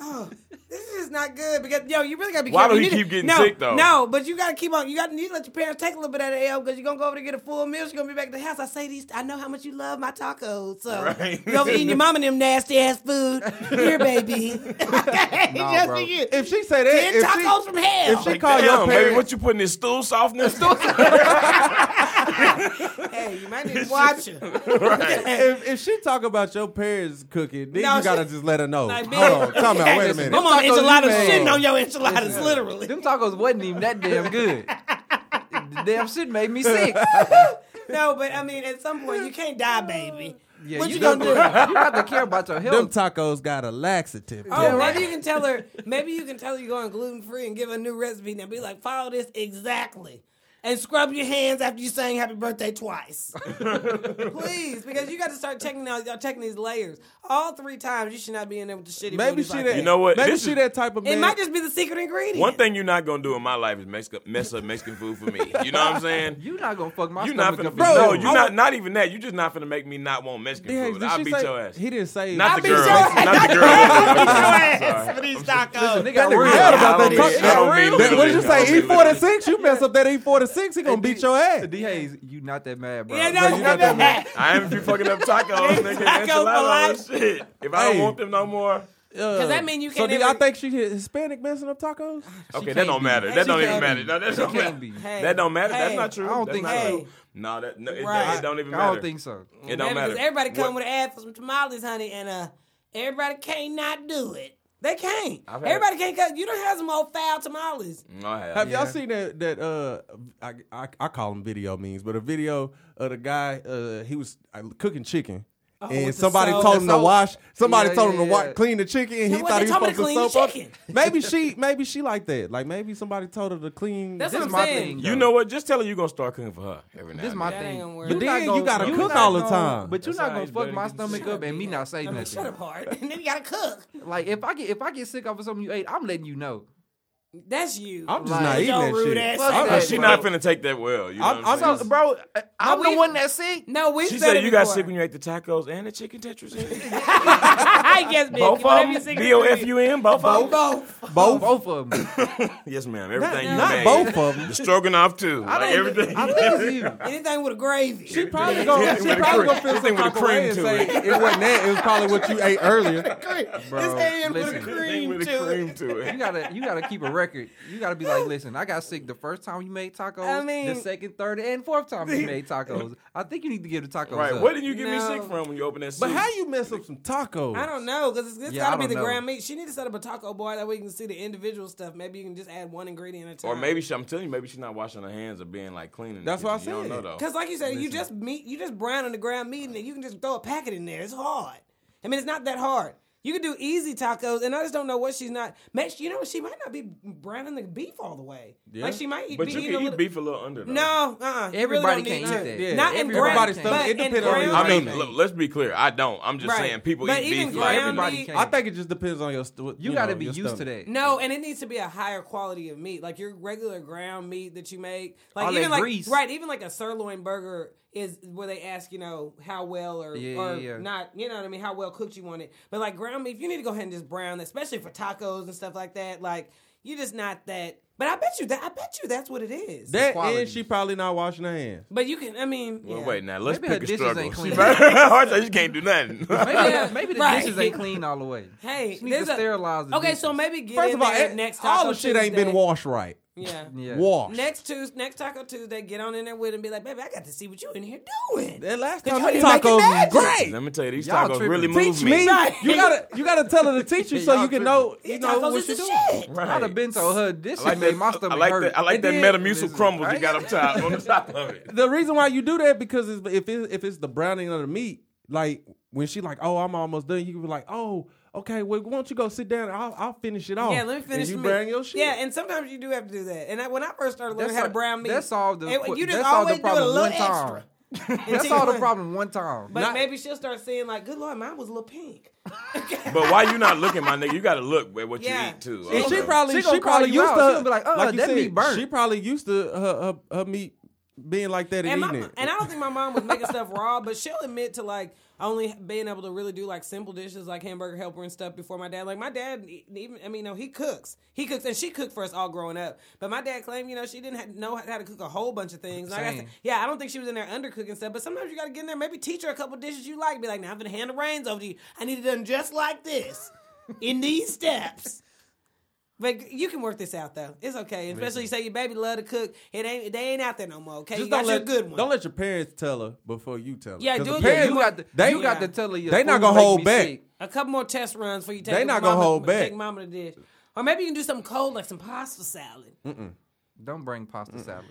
C: oh, this is not good. Because yo, you really got to be
A: Why
C: careful.
A: do
C: You
A: he
C: need to-
A: keep getting
C: no,
A: sick, though?
C: No, but you got to keep on. You got to need to let your parents take a little bit of that L because you're gonna go over to get a full meal. She's gonna be back at the house. I say these. I know how much you love my tacos. So
A: Right.
C: you over eating your mama them nasty ass food here, baby. okay,
D: Nah,
C: just
D: bro.
C: for you.
E: If she say that,
C: Ten
E: if she,
C: tacos from hell.
E: if she
A: Like,
E: call
A: damn,
E: your
A: baby,
E: parents,
A: what you putting this stool softness?
C: hey, you might need to watch her.
E: if, if she talk about your parents cooking, then
C: No,
E: you gotta
C: she-
E: just let her know.
C: Like,
E: Hold on,
C: bitch.
E: time out. Wait a
C: Come
E: minute.
C: on,
D: Tacos you
C: enchiladas
D: made.
C: shitting on your enchiladas, literally.
D: Them tacos wasn't even that damn good. the damn shit made me sick.
C: No, but I mean, at some point, you can't die, baby.
D: Yeah,
C: what
D: you,
C: you,
D: gonna
C: gonna
D: do? You
C: do?
D: got to care about your
E: Them
D: health.
E: tacos got a laxative. to
C: Oh,
E: it.
C: maybe you can tell her. Maybe you can tell her you're going gluten free and give her a new recipe. Now be like, follow this exactly. and scrub your hands after you sang happy birthday twice. Please, because you got to start checking out, y'all checking these layers. All three times, you should not be in there with the shitty
E: Maybe
C: booties
E: she
C: like
E: that.
C: that.
A: You know what?
E: Maybe
A: This
E: she
A: is-
E: that type of
C: It
E: man.
C: might just be the secret ingredient.
A: One thing you're not gonna do in my life is mess up, mess up Mexican food for me. You know what I'm saying?
D: You not gonna fuck my
A: You not finna,
D: stomach up.
E: Bro,
A: no,
E: I
A: you
E: would-
A: not not even that. You just not finna make me not want Mexican
E: Did-
A: food.
E: did
A: I
E: she
A: beat
E: say-
A: your ass.
E: He didn't say
A: not the
C: beat
A: girl.
C: your ass.
A: Not the girl.
D: Listen, nigga, I worry
E: mad
A: I don't
E: about that.
A: mean-
E: cock-
A: I don't mean
E: That- What did you
A: literally. I
E: say?
A: don't
E: E
A: mean
E: forty six. You mess up that E forty six. He gonna beat your ass.
D: D Hayes, you not that mad, bro.
C: yeah,
D: Bro,
C: no,
D: you
C: no,
D: not that mad.
C: no.
A: I am if you fucking up tacos, nigga.
C: Tacos for
A: enchiladas
C: life.
A: and shit. If I don't
E: Hey.
A: want them no more,
E: Because
C: that mean you
E: Uh, So
C: can't
E: do y'all
C: ever-
E: think she Hispanic messing up tacos?
A: okay, that don't matter. That
C: She
A: don't even
C: can't
A: matter.
D: be.
A: No, that
D: She
A: don't
D: can't
A: matter.
D: be.
A: That don't matter. That's
C: Hey.
A: not true.
D: I don't
A: That's
D: think
A: not
C: so.
A: true. No, that no, it,
C: Right.
A: it don't even
D: I
A: matter.
D: don't think so.
A: It don't
C: Because
A: matter.
C: everybody
A: What-
C: come with an ad for some tamales, honey, and uh, everybody can't not do it. They can't.
A: I've had-
C: Everybody can't. Cause you don't have some old foul tamales.
D: Mm.
A: No, I have.
E: Have
D: Yeah.
E: y'all seen that? That uh, I, I I call them video memes, but a video of the guy uh he was uh, cooking chicken. and
C: Oh, with the
E: somebody
C: soap.
E: told
C: The
E: him to
D: soap.
E: wash. Somebody
D: Yeah,
E: told
D: yeah,
E: him to wa-
D: yeah.
E: clean the chicken, and he
C: what,
E: thought
C: they
E: he
C: told me to
E: was supposed
C: clean
E: to
C: the
E: soap
C: chicken.
E: up. Maybe she, maybe she like that. Like maybe somebody told her to clean.
C: That's
D: This
C: what
D: is
C: I'm
D: my
C: saying.
D: thing.
A: You know what? Just tell her you're gonna start cooking for her every now.
D: This is
A: and
D: my
A: then.
C: That
D: thing.
C: ain't gonna work.
D: You
E: But
D: not
E: then
D: gonna-
E: you gotta
A: cook
D: not
E: all the
D: gonna-
E: time.
D: But you're
A: That's
D: not
A: how
D: gonna
A: you
D: fuck
A: better
D: my
A: get the
D: stomach
A: shit.
D: up and me not say
C: I mean, shut
D: nothing.
C: up, hard. and then you gotta cook.
D: Like if I get if I get sick off of something you ate, I'm letting you know.
C: That's you.
E: I'm just
D: Like,
E: not eating
C: your
E: that
C: rude
E: shit.
C: ass
D: Fuck
C: ain't
D: that.
C: that.
A: She
D: Bro.
A: not finna take that well. You know
E: I'm-
A: what I'm
E: I'm
A: saying?
E: just-
D: bro, I'm
C: we-
D: the one that's sick.
C: No, we
A: She
C: said,
A: said
C: it
A: you got
C: before.
A: sick when you ate the tacos and the chicken tetris.
C: I guess, bitch.
A: both
C: Whatever
A: of
C: you
A: them,
C: sick
A: B O F U N, both of them.
C: Both.
D: Both, both of them.
A: Yes, ma'am. Everything you
E: Not
A: made.
E: both of them.
A: The stroganoff too.
D: I
A: Like
D: don't.
A: everything.
D: I think it's you.
C: Anything with a gravy.
E: She probably gonna, she
A: With a cream-
E: probably gonna feel
A: anything
E: some
A: with a
E: type of
A: cream
E: way and
A: to
E: say
A: it.
E: it wasn't that. It was probably what you ate earlier.
D: Bro, listen.
A: Everything with a cream to
D: You
A: it.
D: gotta you gotta keep a record. You gotta be like, listen, I got sick the first time you made tacos,
C: I mean-
D: the second, third, and fourth time you made tacos. I think you need to give the tacos
A: Right.
D: up.
A: What did you get me
C: No.
A: sick from when you opened that? Soup?
E: But how you mess up some tacos?
C: I don't know because it's, it's
D: Yeah, I
C: got to be
D: don't
C: the
D: know.
C: ground meat. She need to set up a taco bar that way you can see the individual stuff. Maybe you can just add one ingredient at a time.
A: Or maybe she, I'm telling you, maybe she's not washing her hands or being like cleaning.
E: That's what I
A: You
E: said.
A: don't know though.
C: because, like you said, you just meat, you just browning the ground meat, and then you can just throw a packet in there. It's hard. I mean, it's not that hard. You can do easy tacos, and I just don't know what she's not. Make you know she might not be browning the beef all the way. Like she might eat,
A: But
C: be
A: you
C: eating a
A: can eat
C: little-
A: beef a little under. Though.
C: No, uh-uh. You really
D: Everybody
C: don't need
D: can't eat
C: to.
D: that. Yeah,
C: Not in
D: everybody
C: ground,
E: can't.
C: but
E: It
C: in
E: depends on
C: ground
E: your
A: I mean,
E: Okay.
A: look, let's be clear. I don't. I'm just
C: Right.
A: saying people
C: But
A: eat
C: even
A: beef like
C: ground
D: everybody
C: meat-
D: can.
E: I think it just depends on your. st-
D: you,
E: know,
D: gotta be
E: your
D: used to
E: stomach.
D: that.
C: No, and it needs to be a higher quality of meat, like your regular ground meat that you make, like
D: All
C: even
D: that
C: like
D: grease.
C: right, even like a sirloin burger is where they ask you know how well or,
D: Yeah,
C: or
D: yeah, yeah.
C: not, you know what I mean, how well cooked you want it. But like ground beef, you need to go ahead and just brown, that, especially for tacos and stuff like that. Like you're just not that. But I bet you that I bet you that's what it is.
E: That
D: quality.
E: and she probably not washing her hands.
C: but you can, I mean,
A: Well,
C: yeah.
A: wait now. Let's
D: Maybe her
A: pick a
D: dishes
A: struggle.
D: ain't
A: She
D: clean.
A: might- Hard time, she can't do nothing.
D: Maybe,
C: Yeah,
D: maybe the
C: right.
D: dishes ain't clean all the way.
C: Hey,
D: she needs
C: there's
D: to
C: a-
D: sterilize the
C: Okay,
D: dishes.
C: so maybe get
E: First
C: in
E: of all,
C: there
D: e
E: it-
C: next
E: all
C: Taco
E: the shit ain't
C: Tuesday.
E: been washed right.
C: Yeah.
D: Yeah.
E: Washed.
C: Next Tuesday, next Taco Tuesday, get on in there with and be like, baby, I got to see what you in here doing.
E: That last
C: Cause
E: time
C: y'all
E: them
C: didn't make it
E: tacos was
C: magic.
E: great.
A: Let me tell you, these tacos
D: Y'all tripping.
A: really move
E: Teach me.
C: Right.
E: You gotta you gotta tell her to teach you so
D: Y'all
E: you can
D: tripping.
E: know you
C: These
E: know
C: tacos
E: what
C: is
E: you're
C: the
E: doing.
C: shit.
D: I'd have been told her this
A: I like
D: shit made
A: that.
D: my stomach
A: I like
D: hurt.
A: that. I like
E: It
A: that
E: did.
A: Metamucil
D: Listen,
A: crumbles you
D: right?
A: got up top on the top of it.
E: The reason why you do that because is if it, if it's the browning of the meat, like when she like, oh, I'm almost done, you can be like, oh, okay, well, why don't you go sit down? And I'll, I'll finish it off.
C: Yeah, let me finish.
E: And you
C: the
E: brown
C: meat.
E: your shit.
C: Yeah, and sometimes you do have to do that. And I, when I first started learning
D: That's
C: how to
D: all-
C: brown meat,
D: that solved the
C: and
D: qu-
C: you just
D: that solved the
C: always do it a
D: problem
C: little
D: one time.
C: extra. Until
D: That's
C: you
D: all the
C: learn.
D: problem one time.
C: But
E: Not-
C: maybe she'll start seeing like, good lord, mine was a little pink.
A: But why you not looking, my nigga? You got to look at what
C: Yeah.
A: you eat too.
E: And she
A: Okay.
E: probably
D: She
E: she,
D: gonna call
E: probably
D: you
E: used
D: out.
E: to
D: She gonna be like, uh,
E: you
D: that
E: said,
D: meat burnt.
E: She probably used to her, her, her meat being like that and,
C: And, my,
E: eating
C: and
E: it.
C: I don't think my mom was making stuff raw, but she'll admit to like only being able to really do like simple dishes like hamburger helper and stuff before my dad. Like my dad, e- even I mean, no, he cooks. He cooks, and she cooked for us all growing up. But my dad claimed, you know, she didn't ha- know how to cook a whole bunch of things. Like I
D: Same.
C: said, yeah, I don't think she was in there undercooking stuff. But sometimes you got to get in there, maybe teach her a couple dishes you like. Be like, now I'm gonna hand the reins over to you. I need it done just like this, in these steps. But you can work this out though. It's okay. Especially you say your baby love to cook. It ain't they ain't out there no more. Okay,
E: Just
C: you got
E: don't let
C: your good one.
E: don't let your parents tell her before you tell her.
C: Yeah,
E: 'Cause
C: do
E: the
C: it.
E: parents-
D: you got to,
E: they-
D: you got to tell her. your
E: they not
D: food
E: gonna
D: make
E: hold
D: me
E: back.
D: sick.
C: A couple more test runs for you. Take
E: They not gonna
C: mama-
E: hold back.
C: Take mama to dish, or maybe you can do something cold like some pasta salad.
D: Don't bring pasta salad.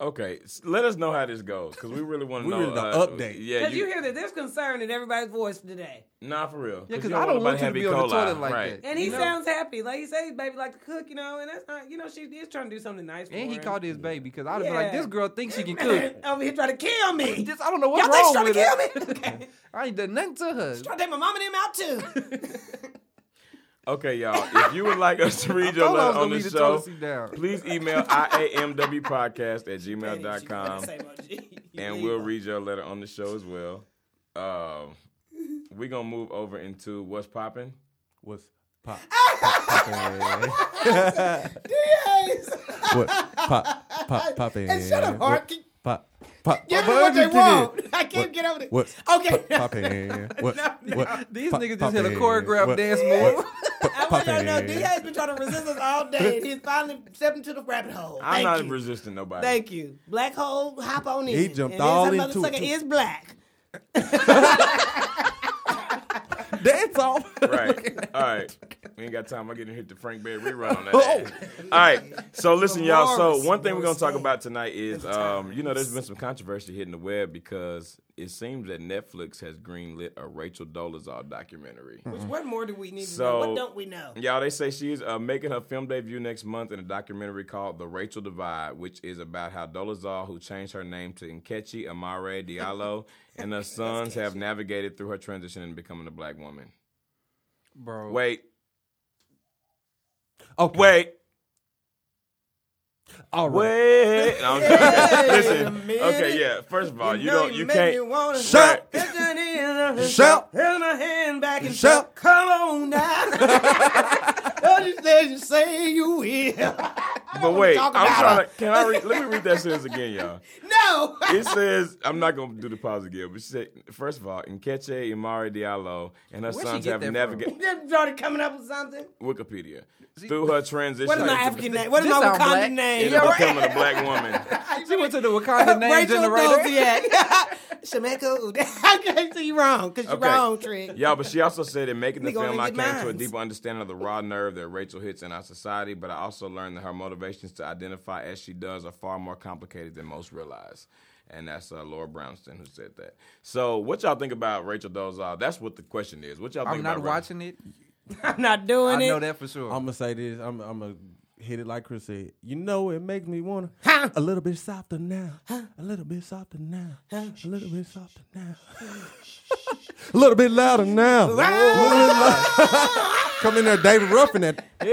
A: Okay, s- let us know how this goes because we really want to
E: We
A: know.
E: really the
A: uh,
E: update.
A: Yeah,
C: Because you, hear that there's concern in everybody's voice today.
A: nah for real.
D: Yeah, 'cause
A: you
D: I don't
A: nobody
D: want you to
A: have
D: be
A: E.
D: on the
A: coli,
D: toilet like
A: right.
D: that.
C: And he
D: You know-
C: sounds happy. Like he says, baby, like to cook, you know, and that's not, you know, she is trying to do something nice for
D: And he
C: him.
D: called his baby because I'd have been like,
C: Yeah.
D: this girl thinks she can cook.
C: Over here trying to kill me.
D: Just, I don't know what's
C: Y'all think she's
D: wrong
C: trying to
D: with
C: kill
D: it.
C: me? Okay.
D: I ain't done nothing to her.
C: trying to take my mom and him out too.
A: Okay, y'all. If you would like us to read your
D: told I was
A: letter on
D: gonna
A: this
D: leave the
A: show,
D: toilet seat down.
A: please email iamwpodcast at
C: She gonna
A: gmail.com
C: say, well, gee, you
A: and
C: leave
A: we'll
C: her.
A: read your letter on the show as well. Um, we're going to move over into what's popping.
E: What's pop?
C: Yes.
E: What pop? Pop? Pop in.
C: And shut up,
E: What-
C: Harkin.
E: Pop. Pop.
C: Give
E: pop-
C: them what they
E: you did it.
C: want. I can't get over it.
E: What?
C: Okay.
E: Pop, pop in. What? what
D: These
E: pop-
D: niggas
E: pop
D: just had a
E: in.
D: choreographed
E: What-
D: dance
E: what-
D: move.
E: pop-
C: I
E: pop
C: want y'all to know,
E: in.
C: DA's been trying to resist us all day, and he's finally stepped into the rabbit hole.
A: I'm
C: Thank
A: not
C: you.
A: resisting nobody.
C: Thank you. Black hole, hop on in.
E: He jumped
C: and
E: all
C: this
E: into it,
C: motherfucker
E: too.
C: is black.
E: Dance off.
A: Right. All right. We ain't got time. I'm getting hit the Frank Bear rerun
C: Oh.
A: on that. All right. So listen, y'all. So
C: Dolores,
A: one thing we're gonna talk
C: Dolores
A: about tonight is, um, you know, there's been some controversy hitting the web because it seems that Netflix has greenlit a Rachel Dolezal documentary.
C: Which, what more do we need to know?
A: So-
C: What don't we know?
A: Y'all, they say she's uh, making her film debut next month in a documentary called The Rachel Divide, which is about how Dolezal, who changed her name to Nkechi Amare Diallo, and her sons have navigated through her transition into becoming a black woman.
D: Bro.
A: Wait,
E: Oh
A: wait.
E: All right.
A: Wait. No, I'm joking. Listen. Okay, yeah. First of all, you,
C: know
A: don't. You,
C: made
A: can't.
C: me wanna
E: Shout.
C: Put your hand up.
E: Shout.
C: Held my hand back and
E: Shout.
C: shout. Come on now. Don't you say you say you will.
A: but wait, I'm
C: talk about
A: trying
C: her.
A: to. Can I read? Let me read that sentence again, y'all.
C: No.
A: It says, I'm not gonna do the pause again, but she said, first of all, Nkeche Imari Diallo and her
D: Where'd she
A: sons
D: get
A: have
D: that
A: navigated
C: Just started coming up with something.
A: Wikipedia through her transition
C: What is my
A: into
C: African name? What is
D: This
C: my
D: sound
C: Wakanda
D: black.
C: name?
A: into becoming a black woman.
D: She went to the Wakanda name
C: Rachel
D: generator.
C: Dolezal. Shameka Uday. Okay, so you wrong, because you're
A: Okay.
C: wrong, Trick.
A: Yeah, but she also said in making the
C: We gonna
A: film, I came
C: get
A: to a
C: mines.
A: deeper understanding of the raw nerve that Rachel hits in our society, but I also learned that her motivations to identify as she does are far more complicated than most realize. And that's uh, Laura Brownston who said that. So, what y'all think about Rachel Dolezal? That's what the question is. What y'all think
D: I'm not
A: about
D: watching it.
C: I'm not
D: I
C: doing
D: know
C: it.
D: that for sure.
E: I'm gonna say this. I'm, I'm gonna hit it like Chris said. You know, it makes me wanna a little bit softer now. A little bit softer now. A little bit softer now. a little bit louder now. A little bit lou- Come in there, David Ruffin. That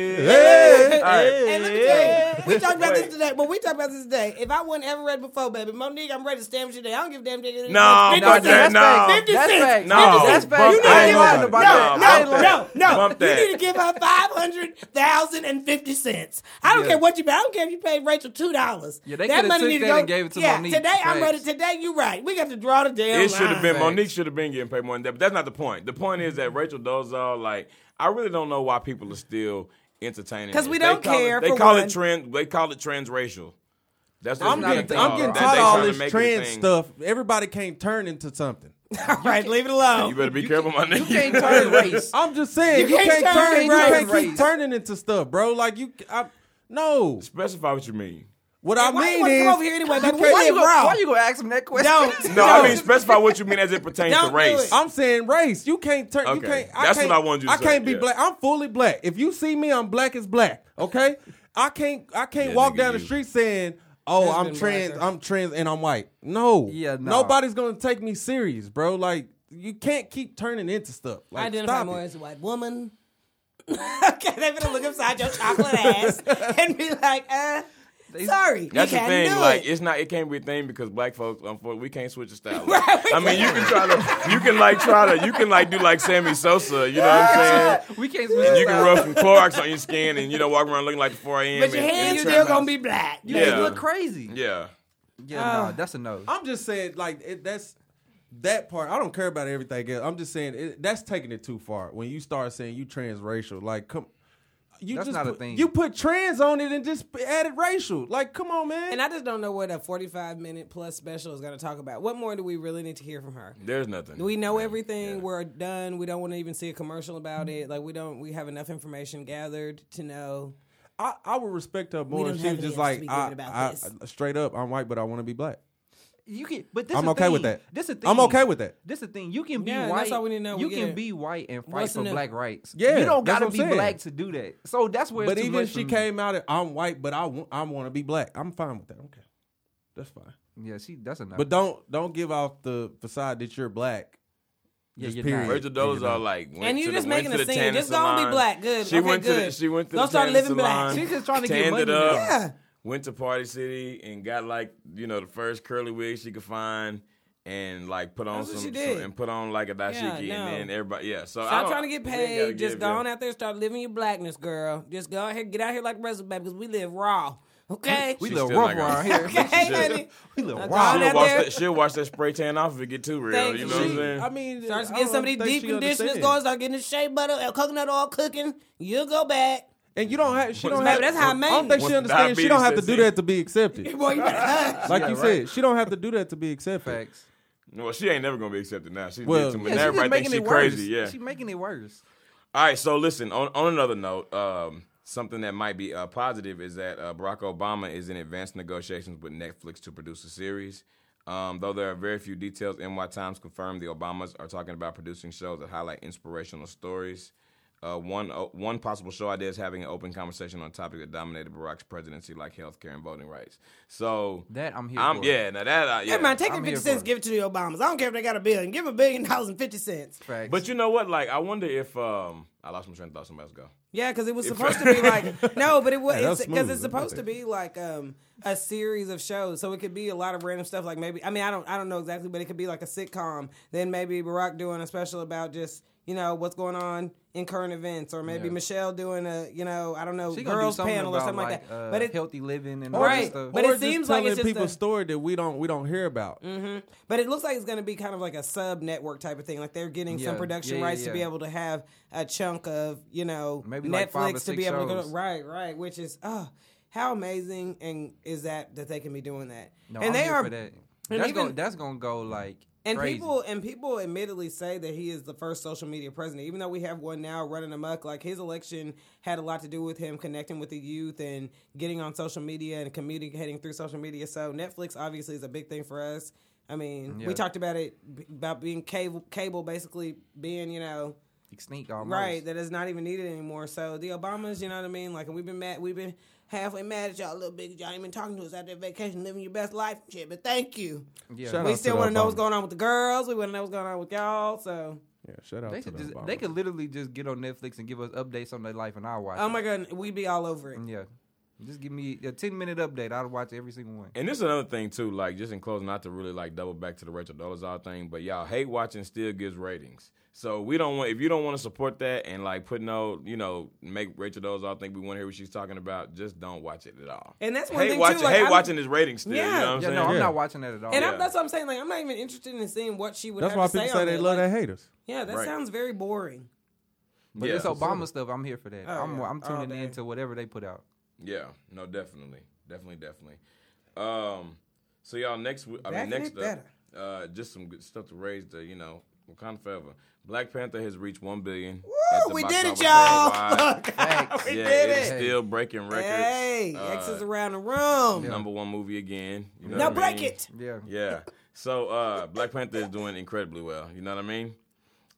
E: hey,
C: Hey, let me tell you, we talked about
A: Wait.
C: this today, but we talked about this today. If I wasn't ever read before, baby, Monique, I'm ready to stamp you today. I don't give a damn. Nigga.
A: No,
C: Fifty
A: no,
C: cents.
A: that- no.
C: Fifty
D: That's
C: cents.
D: facts.
A: No,
D: That's facts.
A: bump
D: You
A: that.
D: need to
E: get
A: No,
E: out
D: about
A: no,
D: that. I ain't
C: No, no, no,
A: Bump
C: no. You need to
A: that.
C: give her five hundred thousand and fifty cents. I don't care what you pay. I don't care if you paid Rachel two dollars.
D: Yeah, they coulda took that and gave it to
C: yeah,
D: Monique.
C: Today I'm ready.
D: Facts.
C: Today you right. We got to draw the damn
A: It should have been
C: line.
A: Monique should have been getting paid more than that, but that's not the point. The point is that Rachel Dolezal, like, I really don't know why people are still entertaining
C: 'Cause
A: this.
C: we
A: They
C: don't
A: call it-
C: care,
A: They
C: for
A: call
C: one.
A: it trans. They call it transracial. That's what
E: I'm
A: it's
E: getting,
A: being
E: I'm
A: called.
E: getting
A: They-
E: tired
A: they
E: of all
A: trying to
E: this
A: make it a
E: trans
A: thing.
E: stuff. Everybody can't turn into something.
C: All right, leave it alone.
A: You better be careful, my nigga.
D: You can't turn race.
E: I'm just saying, you,
C: can't
E: can't,
C: turn
E: turn. You
C: race.
E: can't keep
D: Race.
E: turning into stuff, bro. Like you, I, no.
A: Specify what you mean.
E: What I
C: why you
E: mean
C: wanna
E: is,
C: come over here anyway, baby?
E: can't-
C: Why
D: Why you
C: you
D: gonna-
C: wrong?
D: Why you gonna ask him that question?
C: Don't.
A: No, I
C: No.
A: mean specify what you mean as it pertains
C: Don't
A: to
C: do
A: race.
C: it.
E: I'm saying race. You can't turn. You
A: Okay.
E: can't. I
A: That's
E: can't,
A: what I wanted you to
E: I
A: say,
E: can't be
A: yeah.
E: black. I'm fully black. If you see me, I'm black as black. Okay. I can't. I can't
A: Yeah,
E: walk
A: nigga,
E: down the
A: you-
E: street saying, "Oh,
C: That's
E: I'm
C: been
E: trans.
C: blacker.
E: I'm trans, and I'm white." No.
D: Yeah, no.
E: Nobody's gonna take me serious, bro. Like you can't keep turning into stuff. Like
C: identify
E: stop
C: more
E: it.
C: as a white woman. okay, they're gonna look inside your chocolate ass and be like, uh, sorry,
A: That's
C: you
A: the
C: can't
A: thing.
C: do
A: Like,
C: it.
A: it's not. It can't be a thing because black folks, unfortunately, we can't switch a style. I mean, you can try to. You can like try to. You can like do like Sammy Sosa. You know what I'm saying?
D: We can't.
A: And you can rub some Clorox on your skin and you know walk around looking like the 4 a.m.
C: but your
A: and- and
C: hands
A: try-
C: still gonna be black.
D: You just
A: Yeah.
D: look crazy.
A: Yeah.
D: Yeah, no, that's a no.
E: I'm just saying, like it, that's that part. I don't care about everything else. I'm just saying it, that's taking it too far when you start saying you transracial. Like, come, you
D: That's
E: just
D: not a
E: put,
D: thing.
E: You put trans on it and just added racial. Like, come on, man.
C: And I just don't know what a forty-five minute plus special is gonna talk about. What more do we really need to hear from her?
A: There's nothing.
C: We know everything. We're done. We don't want to even see a commercial about it. Like we don't. We have enough information gathered to know.
E: I, I would respect her more
C: don't
E: if she
C: have
E: was
C: any ass
E: just
C: to
E: like,
C: be
E: I,
C: good about
E: I, straight up, I'm white, but I want to be black.
D: You can, but this
E: I'm
D: a
E: okay
D: thing.
E: with that.
D: This a thing.
E: I'm okay with that.
D: This the thing. You can be
C: Yeah, that's
D: white.
C: all we need to know.
D: You
C: We
D: can
C: get-
D: be white and fight
C: What's
D: for
C: in it?
D: black rights.
E: Yeah,
D: you don't
E: that's
D: gotta
E: what I'm
D: be
E: saying.
D: black to do that. So that's where.
E: But
D: it's too
E: even
D: much
E: if
D: for
E: she
D: me.
E: came out, and, I'm white, but I want, I want to be black. I'm fine with that. Okay, that's fine.
D: yeah, she that's enough.
E: But don't don't give off the facade that you're black.
D: yeah,
E: just
D: you're
E: period.
D: not.
E: Right.
A: Rachel Dolezal are like went
C: And you
A: to
C: just
A: the, went to
C: making a
A: the
C: scene.
A: tanning
C: Just go and be
A: salon.
C: black. Good.
A: She
C: Okay,
A: went to the,
C: good.
A: she went to
C: Don't
A: the
C: start
A: tanning
C: living black.
A: salon.
D: She's just trying to get
A: tanned
D: money
A: it up.
D: now.
C: Yeah.
A: Went to Party City and got like you know the first curly wig she could find. And like put on
C: That's what
A: some,
C: she did.
A: some- and put on like a dashiki
C: no.
A: and then everybody yeah so I
C: Stop
A: don't-
C: trying to get
A: we ain't gotta
C: paid. Just
A: give
C: go on
A: them-
C: out there, and start living your blackness, girl. Just go out here, get out here like the rest of the because we live raw. Okay.
D: we
A: She's
D: live
A: still like
D: rough
A: a-
D: around here.
C: okay,
A: shit.
C: honey.
D: we live
C: That's
D: rough.
C: all that-
A: She'll wash,
C: there.
A: that, she'll wash that spray tan off if it get too real.
C: Thank
A: you
C: you.
A: know what I'm
C: She-
A: saying?
E: I mean,
C: Starts
E: I
C: getting
E: don't
C: some of these
E: think
C: deep
E: she
C: conditioners
E: understands.
C: going. Start getting the shea butter and coconut oil cooking. You'll go back.
E: and you don't have. She
A: Once-
E: don't
A: Baby,
E: have.
C: that's how I
E: I don't
C: made
E: think
C: it.
E: she
A: Once
E: understands. She don't have to
A: diabetes
E: do
A: sets
E: that to be accepted.
C: Boy, you better hush.
E: Like
D: Yeah,
E: you
D: right.
E: said, she don't have to do that to be accepted.
D: Facts.
A: Well, she ain't never gonna be accepted now. She
E: Well,
A: did too much.
E: Yeah,
A: Now
D: she's
A: everybody thinks
D: just making
A: she
D: it
A: crazy.
D: worse.
A: Yeah.
D: She's making it worse.
A: All right. So listen. On on another note, um, something that might be uh, positive is that uh, Barack Obama is in advanced negotiations with Netflix to produce a series. Um, though there are very few details, NY Times confirmed the Obamas are talking about producing shows that highlight inspirational stories. Uh, one uh, one possible show idea is having an open conversation on topics that dominated Barack's presidency, like healthcare and voting rights. So
D: That I'm here
A: I'm
D: for.
A: yeah. Now that I, yeah.
C: Never mind. Take your
D: I'm here
C: 50
D: for
C: cents,
D: it.
C: give it to the Obamas. I don't care if they got a billion. Give them a billion dollars and 50 cents.
D: Facts.
A: But you know what? Like, I wonder if um, I lost my train of thought. Somebody else go.
C: Yeah, because it was supposed to be like no, but it was
E: Hey, that was
C: because
E: smooth.
C: it's supposed to be like um, a series of shows, so it could be a lot of random stuff. Like maybe I mean I don't I don't know exactly, but it could be like a sitcom. Then maybe Barack doing a special about just you know what's going on in current events, or maybe
D: Yeah.
C: Michelle doing a you know I don't know
D: she gonna do
C: girls
D: something
C: panel or
D: about,
C: something like,
D: like
C: that.
D: uh,
C: but it
D: healthy living and all that
C: right,
D: stuff.
C: but
E: Or
C: it seems
E: just
C: like
E: telling
C: it's just
E: people's
C: a, Mm-hmm.
E: story that we don't we don't hear about.
C: but it looks like it's going to be kind of like a sub network type of thing. Like they're getting some
D: Yeah.
C: production
D: Yeah, yeah,
C: rights to be
D: yeah.
C: able to have a chunk of you know
D: Maybe
C: Netflix
D: like five or
C: to be
D: six
C: able to
D: shows.
C: go right, right, which is oh, how amazing and is that that they can be doing that?
D: No,
C: and
D: I'm
C: they
D: here
C: are
D: for that. That's
C: even-
D: gonna that's gonna go like
C: and
D: crazy.
C: people and people admittedly say that he is the first social media president, even though we have one now running amok. Like his election had a lot to do with him connecting with the youth and getting on social media and communicating through social media. So Netflix obviously is a big thing for us. I mean, we
D: Yeah.
C: talked about it b- about being cable, cable basically being you know
D: sneak almost.
C: Right, that is not even needed anymore. So the Obamas, you know what I mean? Like, and we've been mad, we've been halfway mad at y'all a little bit. 'cause Y'all ain't been talking to us out there vacation, living your best life and shit. But thank you.
D: Yeah.
E: Shout
C: we
E: out
C: still
E: to the
C: want to know what's
E: Obamas.
C: going on with the girls. We want to know what's going on with y'all. So,
E: Yeah, shout out
D: They
E: to
D: could
E: the
D: just,
E: Obamas.
D: they could literally just get on Netflix and give us updates on their life, and I'll watch.
C: oh my god, we'd be all over it.
A: Mm.
D: it. yeah, just give me a ten minute update. I'll watch every single one.
A: And this is another thing too. Like, just in closing, not to really like double back to the Rachel Dolezal thing, but y'all hate watching still gives ratings. So we don't want if you don't want to support that and like put no, you know, make Rachel Dolezal think we want to hear what she's talking about. Just don't watch it at all.
C: And that's one
A: hate
C: thing, too,
A: watching,
C: like,
A: hate
C: I'm-
A: watching his ratings still.
C: Yeah.
A: You know what I'm
D: Yeah,
A: saying?
D: no, I'm
E: Yeah.
D: not watching that at all.
C: And
A: Yeah.
C: I'm, that's what I'm saying. Like, I'm not even interested in seeing what she would.
E: That's
C: have
E: why
C: to
E: people
C: say,
E: say
C: on
E: they
C: it.
E: love
C: Like,
E: their haters.
C: Yeah, that
A: Right.
C: sounds very boring.
D: but
A: yeah.
D: this Obama stuff, I'm here for that. I'm,
C: Oh, yeah.
D: I'm
C: All
D: tuning
C: day.
D: in to whatever they put out.
A: Yeah, no, definitely, definitely, definitely. Um, so y'all next, w- I
C: Backing
A: mean next
C: it
A: up,
C: better.
A: uh, just some good stuff to raise the, you know, Wakanda forever. Black Panther has reached one billion.
C: Woo, we did it, y'all.
D: Facts.
A: we yeah,
C: did
A: it's
D: it.
A: still breaking records.
C: hey,
A: Uh,
C: X is around the room.
A: number one movie again. You know
C: Now
A: what I
C: break
A: mean?
C: it.
D: Yeah,
A: Yeah. So uh, Black Panther is doing incredibly well. You know what I mean?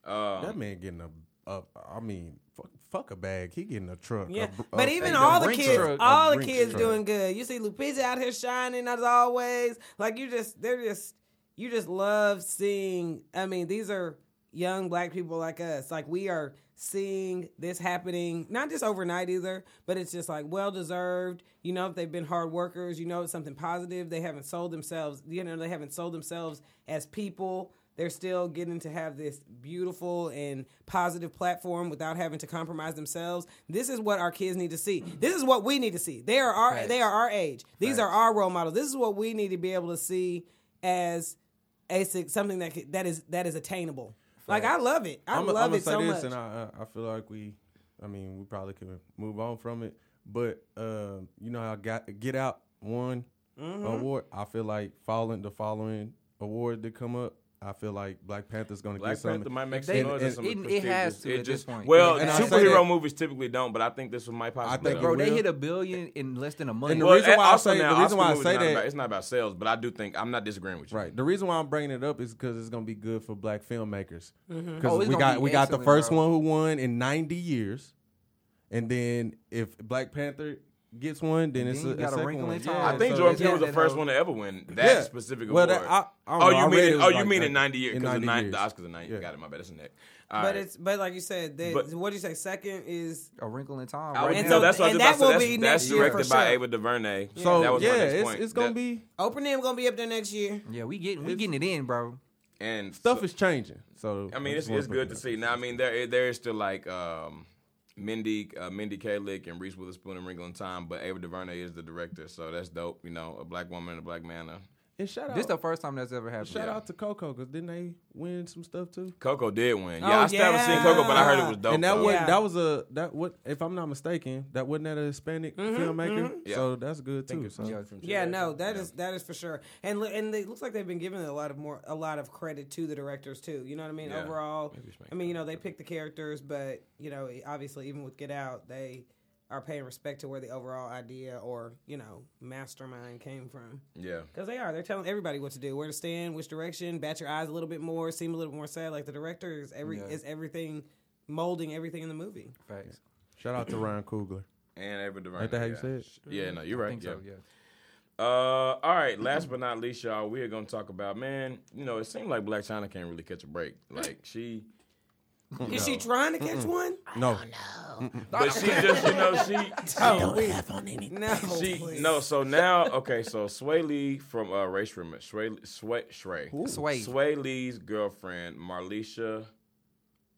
C: uh,
A: Um,
E: That man getting a, a I mean, fuck, fuck a bag. He getting a truck.
C: Yeah,
E: a br-
C: but
E: a-
C: even
D: a
C: all the
D: Brinks
C: kids,
D: truck.
E: A
C: all the
E: Brinks
C: kids
E: truck.
C: doing good. You see Lupita out here shining as always. Like you just, they're just, you just love seeing. I mean, these are young black people like us. Like we are seeing this happening, not just overnight either, but it's just like well deserved. You know, if they've been hard workers, you know, it's something positive. They haven't sold themselves. You know, they haven't sold themselves as people they're still getting to have this beautiful and positive platform without having to compromise themselves. This is what our kids need to see. This is what we need to see. They are our they are our age. These are our role models. This is what we need to be able to see as a suc- something that c- that is that is attainable. Like I love it. I
E: I'ma-
C: love
E: I'ma
C: it so much.
E: and I, I I feel like we, I mean, we probably could move on from it. But uh, you know how got Get
D: Mm-hmm.
E: Out won award. I feel like following the following award that come up I feel like Black Panther's gonna
A: Black
E: get something.
A: Panther might make
D: They-
A: some noise.
E: and-
A: some
D: it- it has
A: prestigious-
D: to at this point.
A: Well,
E: And I say
A: superhero
E: that-
A: movies typically don't, but I think this one might possibly.
E: think
A: though.
D: Bro,
E: it
D: they
E: will.
D: hit a billion in less than a month.
E: the
A: Well,
E: reason
A: and
E: why I
A: also
E: say-
A: now,
E: the reason
A: Oscar
E: why I
A: movies
E: say
A: not
E: that-
A: about, it's not about sales, but I do think I'm not disagreeing with you.
E: Right. The reason why I'm bringing it up is because it's gonna be good for black filmmakers. Because
D: Oh, it's
E: we
D: gonna
E: got
D: be
E: we got the
D: excellent,
E: first
D: bro.
E: one who won in 90 years, and then if Black Panther gets one, then it's
D: Then
E: a,
D: you
E: a
D: got a
E: second
D: wrinkle in
E: one.
D: time.
E: Yeah,
A: I think
E: so
A: Jordan
E: it's-
A: Peele was the
D: that
A: first
D: whole-
A: one to ever win that
E: Yeah.
A: specific
E: Well,
A: award.
E: that- I- I don't
A: oh,
E: know. I
A: you mean
E: read
A: it?
E: it was
A: Oh, you
E: like
A: mean
E: that.
A: in ninety years?
E: In
A: Because
E: 90
A: the
E: years.
A: Oscars in ninety.
E: Yeah.
A: Got it. My bad. It's in that. All
C: But
A: right.
C: it's but like you said, that,
A: But-
C: what do you say? Second is
D: A wrinkle in time.
A: I
D: Right
A: would-
C: And
A: no,
D: now,
C: so-
A: that's what I
C: and
A: was about
C: that will
A: to say.
C: be
A: That's,
C: next
A: that's
C: year
A: directed
C: for
A: by
C: sure.
A: Ava DuVernay.
E: So
A: that was my
E: yeah,
A: next
E: it's,
A: point.
E: it's gonna
A: That-
E: be
C: Oprah them gonna be up there next year.
D: yeah, we getting we getting it in, bro.
A: and
E: stuff
A: so-
E: is changing. So
A: I mean, it's,
E: just wanna
A: it's
E: put
A: good
E: that
A: to
E: out
A: see. Now, I mean, there is- there is still like um, Mindy uh, Mindy Kalick and Reese Witherspoon and Ringo and Time, but Ava DuVernay is the director, so that's dope. You know, a black woman and a black man. Uh,
E: there. And shout out,
D: This
C: Oh.
D: the first time that's ever happened.
E: shout
A: yeah.
E: out to Coco because didn't they win some stuff too?
A: Coco did win.
C: Oh,
A: Yeah, I still haven't seen
C: yeah.
A: Coco, but I heard it was dope.
E: and that
A: though.
E: was
C: Yeah.
E: that was a that what if I'm not mistaken that wasn't that a Hispanic filmmaker,
A: Yeah.
E: so that's good too. So
D: Yeah.
C: Yeah, no, that is that is for sure, and li- and it looks like they've been giving a lot of more a lot of credit to the directors too. You know what I mean?
A: Yeah.
C: Overall,
A: Maybe we should make
C: I mean, you know, they picked the characters, but you know, e, obviously, even with Get Out, they are paying respect to where the overall idea or you know mastermind came from.
A: Yeah.
C: Because they are. They're telling everybody what to do, where to stand, which direction, bat your eyes a little bit more, seem a little more sad. Like the director is every is everything molding everything in the movie.
D: Facts.
E: shout out to Ryan Coogler.
A: And Ava DuVernay.
E: Ain't that how you
A: yeah.
E: say it?
A: Yeah, no, you're right.
D: I think
A: yeah.
D: so, yeah.
A: Uh, all right. Last but not least, y'all, we are gonna talk about man. You know, it seemed like Black China can't really catch a break. Like she,
C: Is she trying to catch one?
E: No,
A: but she just, you know, she
C: No.
A: She
C: please.
A: no, so now okay, so Sway Lee from uh, Race Room, Sway Sway Sway
D: Sway.
A: Sway Lee's girlfriend Marleisha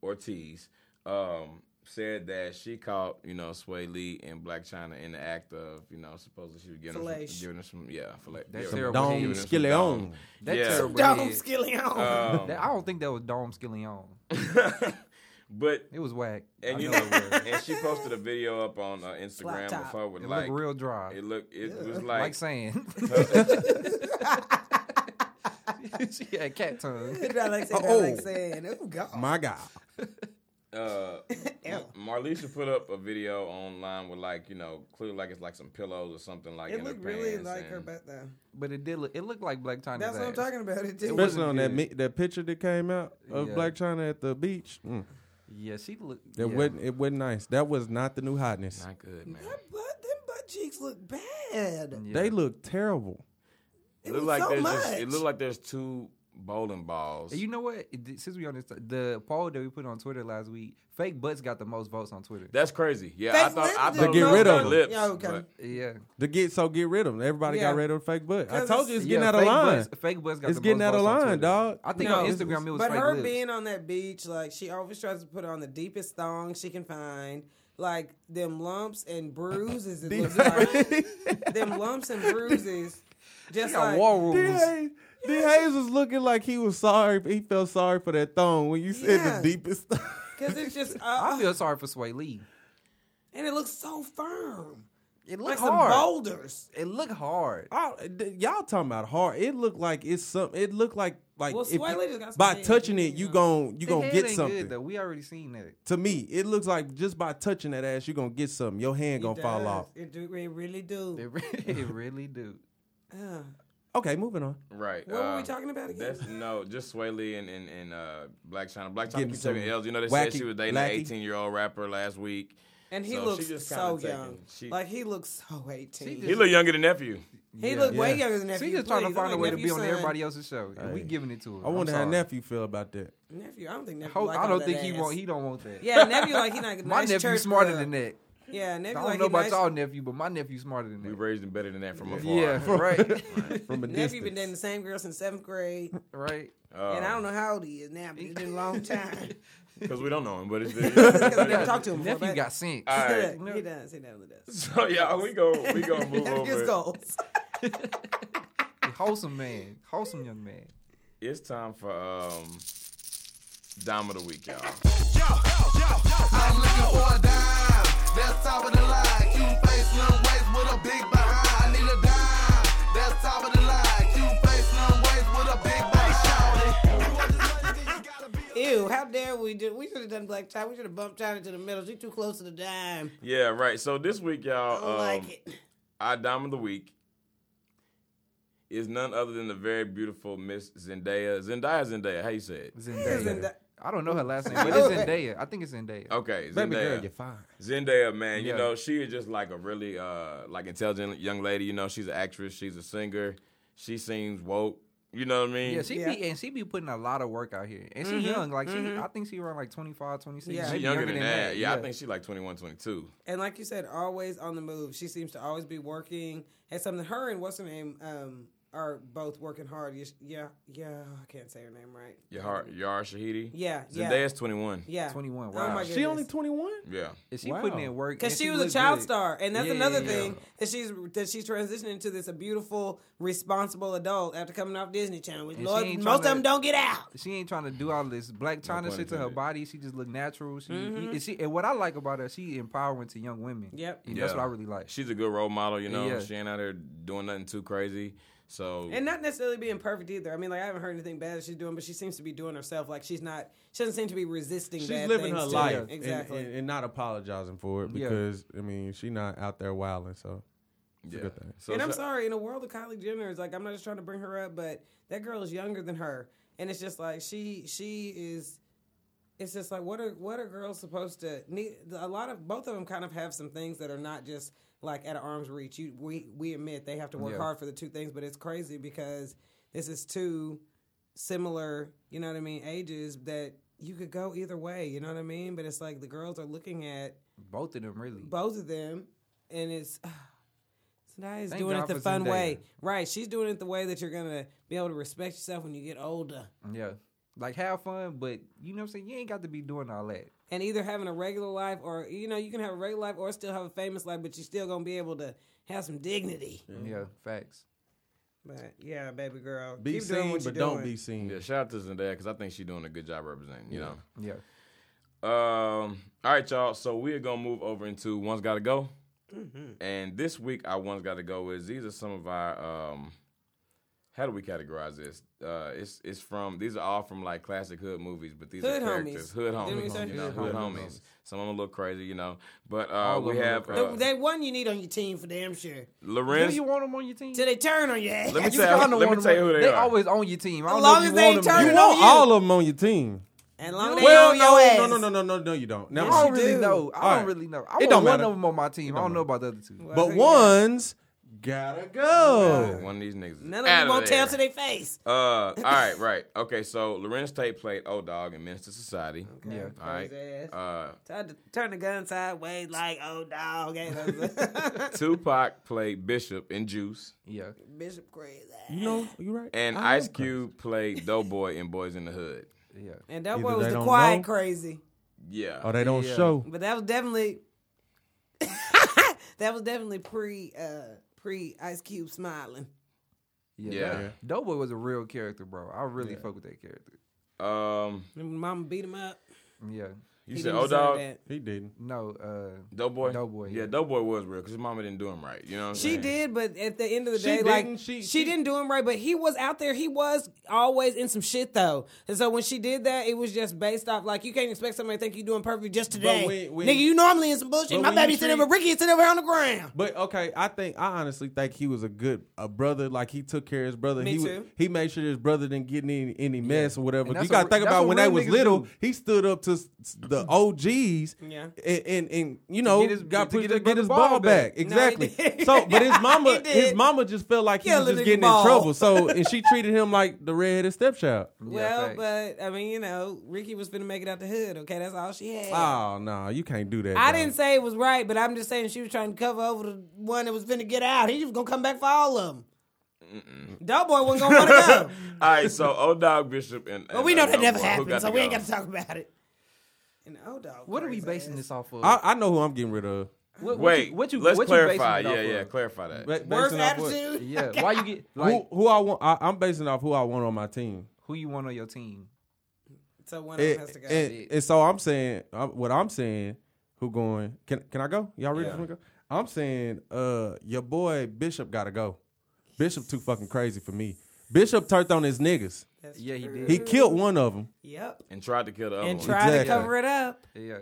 A: Ortiz um, said that she caught you know Sway Lee and Black China in the act of you know supposedly she was giving him
C: Fellation.
A: some, giving him some yeah fillet,
D: That's
A: giving him- giving
D: terrible.
E: Dom
A: him some
E: Skillion.
A: dong.
D: That
A: Yeah.
D: terrible
C: Dom
D: head.
C: Skillion.
A: Um,
D: That- I don't think that was Dom Skillion.
A: but
D: It was whack. I
A: and you
D: know
A: know,
D: it was.
A: and she posted a video up on uh, Instagram
C: Flat top.
A: before with
D: It
A: like
D: looked real dry.
A: it looked it was
D: like,
A: like
D: sand. she had cat tongue.
C: Did I like say that
E: Oh.
C: like saying, oh god.
E: my God,
A: uh, Marleisha put up a video online with like you know clearly like it's like some pillows or something like
C: it
A: in
C: looked
A: her
C: really
A: pants
C: like her
A: and-
C: butt though.
D: But it did look it looked like Black China's
C: That's what I'm
D: ass.
C: talking about. It did.
E: especially on that
D: good.
E: me, that picture that came out of
D: Yeah.
E: Black China at the beach. Mm.
D: Yeah, she looked
E: It
D: yeah.
E: wasn't it wasn't nice. That was not the new hotness.
A: Not good man.
C: That butt, them butt cheeks look bad.
D: Yeah.
E: They look terrible.
A: It
C: was
A: looked like
C: so
A: there's just,
C: much.
A: it looked like there's two bowling balls.
D: And You know what? It did- Since we on this, the poll that we put on Twitter last week, fake butts got the most votes on Twitter.
A: That's crazy. Yeah,
C: They
A: I thought I
C: lifted
A: thought
E: To get
A: it was
E: rid of
A: their
E: them.
A: lips.
C: Yeah, okay.
A: but-
D: yeah,
E: To get so get rid of them. Everybody
C: Yeah.
E: got rid of the fake butt. I
C: 'Cause
E: told you it's
D: yeah,
E: getting out of
D: fake
E: line.
D: Butts, fake butts got
E: It's
D: the
E: getting
D: most
E: out of
D: votes on
E: line,
D: Twitter.
E: dog.
D: I think
C: No,
D: on
C: it's-
D: Instagram it was
C: But
D: fake
C: her
D: lips.
C: being on that beach, like she always tries to put on the deepest thong she can find. Like them lumps and bruises, it looks like them lumps and bruises. Just
D: got
C: like
D: war rules.
E: D. Hayes, D. Hayes was looking like he was sorry. He felt sorry for that thong when you said
C: Yeah.
E: the deepest.
C: because it's just
D: I
C: uh,
D: feel sorry for Sway Lee.
C: and it looks so firm,
D: It
C: like
D: looked
C: some
D: hard.
C: boulders.
D: It looked hard.
E: Oh, th- y'all talking about hard? It looked like it's some. It looked like like
C: Well,
E: if
C: Sway
E: you-
C: Lee just got some
E: by
C: head,
E: touching
C: you
E: it, you
C: know.
E: gon'
D: The
E: you gonna
D: head
E: get
D: ain't
E: something.
D: Good, though. We already seen that.
E: to me, it looks like just by touching that ass, you gonna get something. Your hand gonna
C: It
E: fall
C: does.
E: off.
C: It, do, it really do.
D: It, re- it really do.
C: Ugh.
E: Okay, moving on.
A: Right.
C: What were we
D: um,
A: uh,
C: talking about again?
A: That's no, just Sway Lee and and, and uh, Black China. Black China
E: Getting
A: keep taking
E: some
A: L's. You know they said
E: wacky,
A: she was dating an
E: lacky.
A: 18 year old rapper last week,
C: And he
A: So she
C: looks
A: just kinda
C: so
A: taking-
C: young.
A: she-
C: like he looks so eighteen.
D: She
A: he
D: just-
C: He,
A: looked younger than nephew.
C: looked way
E: Yeah.
C: younger than nephew.
D: She just trying to
C: Please,
D: find
C: I'm
D: a way to be
C: nephew's
D: on
C: son.
D: everybody else's show. and We
E: Hey.
D: giving it to her.
E: I wonder
D: I'm
E: how
D: sorry.
E: nephew feel about that.
C: Nephew, I don't think nephew.
D: Ho-
C: like
D: I
C: all
D: don't think
C: that
D: he
C: ass.
D: want. He don't want that.
C: Yeah, nephew like he not
D: my
C: nice
D: nephew
C: church
D: smarter
C: club.
D: than that.
C: Yeah,
D: I
C: nephew
D: don't
C: like
D: know
C: he
D: about
C: nice.
D: y'all nephew, but my nephew smarter than
A: We
D: that.
A: raised him better than that from afar.
D: Yeah, right,
E: From a
C: Nephew been
E: distance,
C: dating the same girl since seventh grade,
D: right.
A: Uh,
C: and I don't know how old he is now, but it's been a long time.
A: because we don't know him, but it's.
C: Because I never talked to him.
D: Nephew
C: before,
D: got sent.
C: but-
A: All
C: Look, He does. He definitely does.
A: so yeah, we go we go move over.
C: His goals.
D: Wholesome man, wholesome young man.
A: It's time for um Dime of the Week, y'all.
F: I'm looking for a dime. That's top of the line. Cute face, slim waist with a big behind. I need a dime. That's top of the line. Cute face, slim waist with a big behind. You
C: there. We did. We should have done Black China. We should have bumped China to the middle. She too close to the dime.
A: Yeah, right. So this week,
C: I don't
A: y'all, um,
C: like it.
A: our dime of the week is none other than the very beautiful Miss Zendaya. Zendaya, Zendaya. How you say it?
D: Zendaya.
C: Zenda-
D: I don't know her last name, but it's Zendaya. I think it's Zendaya.
A: Okay,
E: Baby
A: Zendaya.
E: girl, you're fine.
A: Zendaya, man, you
D: Yeah.
A: know she is just like a really uh like intelligent young lady. You know, she's an actress, she's a singer, she seems woke. You know what I mean?
D: Yeah, she be and she be putting a lot of work out here, and she young. Like she, I think she around like 25, 26.
C: Yeah.
A: She
D: maybe
A: younger, than that. Yeah, I think she like 21, 22.
C: And like you said, always on the move. She seems to always be working. Has something. Her and what's her name um, are both working hard. Yeah, yeah, yeah. oh, I can't say her name right.
A: Yar Yara Shahidi.
C: Yeah, yeah.
A: Zendaya's twenty one.
C: Yeah,
D: 21,
C: Oh
D: wow.
C: my
D: She
E: She only
C: goodness.
E: 21?
A: Yeah.
D: And she
E: Wow.
D: putting in work
C: Because
D: and
C: she, was a child
D: good.
C: star, and that's
D: Yeah,
C: another
D: yeah,
C: thing
D: yeah.
C: that she's that she's transitioning to this a beautiful, responsible adult after coming off Disney Channel. Which
D: And she
C: Lord,
D: ain't
C: most of
D: tryna-
C: them don't get out.
D: She ain't trying to do all this black China
A: pun
D: shit to her
A: intended.
D: body. She just look natural. She, and she and what I like about her, she empowering to young women.
C: Yep.
D: And that's
A: Yeah.
D: what I really like.
A: She's a good role model, you know.
D: Yeah.
A: She ain't out there doing nothing too crazy. So
C: And not necessarily being perfect either. I mean, like I haven't heard anything bad that she's doing, but she seems to be doing herself. Like she's not, she doesn't seem to be resisting.
E: She's
C: bad
E: living
C: things
E: her
C: too.
E: life and-
C: exactly.
E: and, and not apologizing for it
D: Yeah.
E: because I mean she's not out there wilding, so
A: yeah.
E: good thing.
A: So
C: and I'm
A: shout-
C: sorry, in a world of Kylie Jenner, is like I'm not just trying to bring her up, but that girl is younger than her, and it's just like she she is. It's just like what are what are girls supposed to need? A lot of both of them kind of have some things that are not just like at arm's reach. You we we admit they have to work
D: Yeah.
C: hard for the two things, but it's crazy because this is two similar, you know what I mean, ages that you could go either way. You know what I mean? But it's like the girls are looking at
D: Both of them really.
C: both of them, and it's Zendaya's
D: Thank
C: doing
D: God
C: it the
D: for
C: fun
D: Zendaya.
C: way, right? She's doing it the way that you're gonna be able to respect yourself when you get older,
D: Yeah. Like have fun, but you know what I'm saying? You ain't got to be doing all that.
C: and either having a regular life or you know you can have a regular life or still have a famous life, but you're still gonna be able to have some dignity.
D: Yeah, facts.
C: But yeah, baby girl,
E: Be
C: keep doing
E: seen,
C: what
E: but
C: you're
E: don't
C: doing.
E: be seen.
A: yeah, shout out to Zendaya because I think she's doing a good job representing. You
D: Yeah.
A: know. Um. All right, y'all. So we are gonna move over into one's got to go. And this week, I one's got to go is these are some of our um. How do we categorize this? Uh, it's it's from these are all from like classic hood movies, but these
C: Hood
A: are
C: homies.
A: characters, hood
C: Didn't we
A: homies,
C: say
A: you know,
C: hood
A: hood
E: homies?
A: homies. Some of them a little crazy, you know, but uh,
D: All
A: we
D: of 'em
A: have
D: look
A: uh,
C: The- that one you need on your team for damn sure.
A: Lorenz.
D: Do you want them on your team?
C: Till they turn on your ass.
A: Let me
D: You
A: tell
D: kinda
A: let me
D: want
A: tell you
D: them
A: who
D: on-
A: they
D: they
A: are.
D: always on your team. I
C: As
D: don't
C: long
D: know
C: as
D: if
C: they
D: you want
C: ain't
D: them.
C: turning
E: You
C: on
E: want
C: you.
E: all of them on your team.
C: and long as
E: Well,
C: they on your ass.
E: no, no, no, no, no, no, no, you don't. Never
D: I
E: mind.
D: don't really
C: do.
D: know. I
E: All
D: don't
E: right.
D: really know. I
E: It
D: want
E: don't
D: one
E: matter.
D: of them on my team. I don't know about the other two.
E: But one's gotta go.
A: One of these niggas. is
C: None of
A: outta
C: them won't
A: there.
C: tell to their face.
A: Uh, all right, right. Okay, so Lorenz Tate played Old Dog in Minister Society.
D: Yeah.
A: All right.
C: Crazy
A: Uh,
C: Tried to turn the gun sideways like old dog.
A: Tupac played Bishop in Juice,
D: Yeah.
C: Bishop crazy.
E: You know, you right.
A: and
E: I am
A: Ice Cube played Doughboy in Boys in the Hood.
D: Yeah.
C: And that
E: Either
C: boy
E: they
C: was the
E: don't
C: quiet
E: know.
C: crazy.
A: Yeah.
E: crazy. Oh, they don't
D: Yeah.
E: show.
C: But that was definitely that was definitely pre uh pre Ice Cube smiling.
D: Yeah.
A: Yeah.
D: that- Doughboy was a real character, bro. I really fuck with that character.
A: Um,
C: And mama beat him up.
D: Yeah.
A: you
C: He
A: said "Oh,
C: didn't
A: Old
C: deserve
A: Dog,
C: that.
E: He didn't.
D: No, uh
A: Doughboy.
D: Doughboy,
A: Yeah,
D: yeah.
A: Doughboy was real because his mama didn't do him right. You know. What I'm
C: She
A: saying?
C: did, but at the end of the
E: She
C: day,
E: didn't.
C: like
E: She-
C: she,
E: she-
C: didn't do him right. But he was out there. He was always in some shit though. And so when she did that, it was just based off like you can't expect somebody to think you're doing perfect just today,
E: when- when-
C: nigga. You normally in some
E: but
C: bullshit. My
E: when you
C: baby sitting
E: treat-
C: over Ricky is sitting over here on the ground.
E: But okay, I think I honestly think he was a good a brother. Like he took care of his brother.
C: Me
E: he wa-
C: too.
E: he made sure his brother didn't get any any mess or whatever.
D: And
E: You
D: that's
E: got to
D: what-
E: think
D: that's
E: about
D: what
E: when they
D: real
E: was
D: niggas
E: little.
D: do.
E: He stood up to s- s- the OGs.
C: Yeah.
E: and and, and you know
D: get his-
E: got
D: to
E: pushed
D: get
E: to
D: his
E: get his
D: brother
E: ball
D: ball
E: back.
D: back.
E: Exactly.
C: did.
E: so, but his mama
C: He did.
E: his mama just felt like he
C: Yeah,
E: was just
C: little
E: getting in
C: ball.
E: trouble. So and she treated him like the redheaded stepchild.
C: Well,
D: facts.
C: but I mean, you know, Ricky was finna make it out the hood. Okay, that's all she had.
E: Oh no, you can't do that.
C: I
E: dog.
C: didn't say it was right, but I'm just saying she was trying to cover over the one that was finna get out. He was gonna come back for all of them. Doughboy wasn't gonna want to go,
A: All right, so Old Dog Bishop and.
C: but we know that never
A: happened,
C: happened, so we ain't got to talk about it. And oh, old dog.
D: what are we
C: crazy
D: basing
C: ass.
D: this off of?
E: I, I know who I'm getting rid of.
D: What- what you-
A: Wait,
D: what you
A: let's
D: what you basing
A: clarify.
D: it
A: yeah,
D: off
A: yeah,
D: of?
A: clarify that.
E: Ba-
C: Worst
E: basing off what-
C: attitude.
D: Yeah, why you get like
E: who, who I want? I, I'm basing off who I want on my team.
D: who you want on your team?
C: So one of
E: And,
C: them has to go.
E: and, and so I'm saying uh, what I'm saying. Who going? Can can I go? Y'all ready for me to go? I'm saying uh, your boy Bishop gotta go. Bishop too fucking crazy for me. Bishop turned on his niggas.
C: That's
D: Yeah, he
C: true.
D: did. Oh,
E: He killed one of them.
C: Yep.
A: and tried to kill the other
C: And
A: one.
C: tried to
E: Exactly.
C: cover it up.
D: Yeah.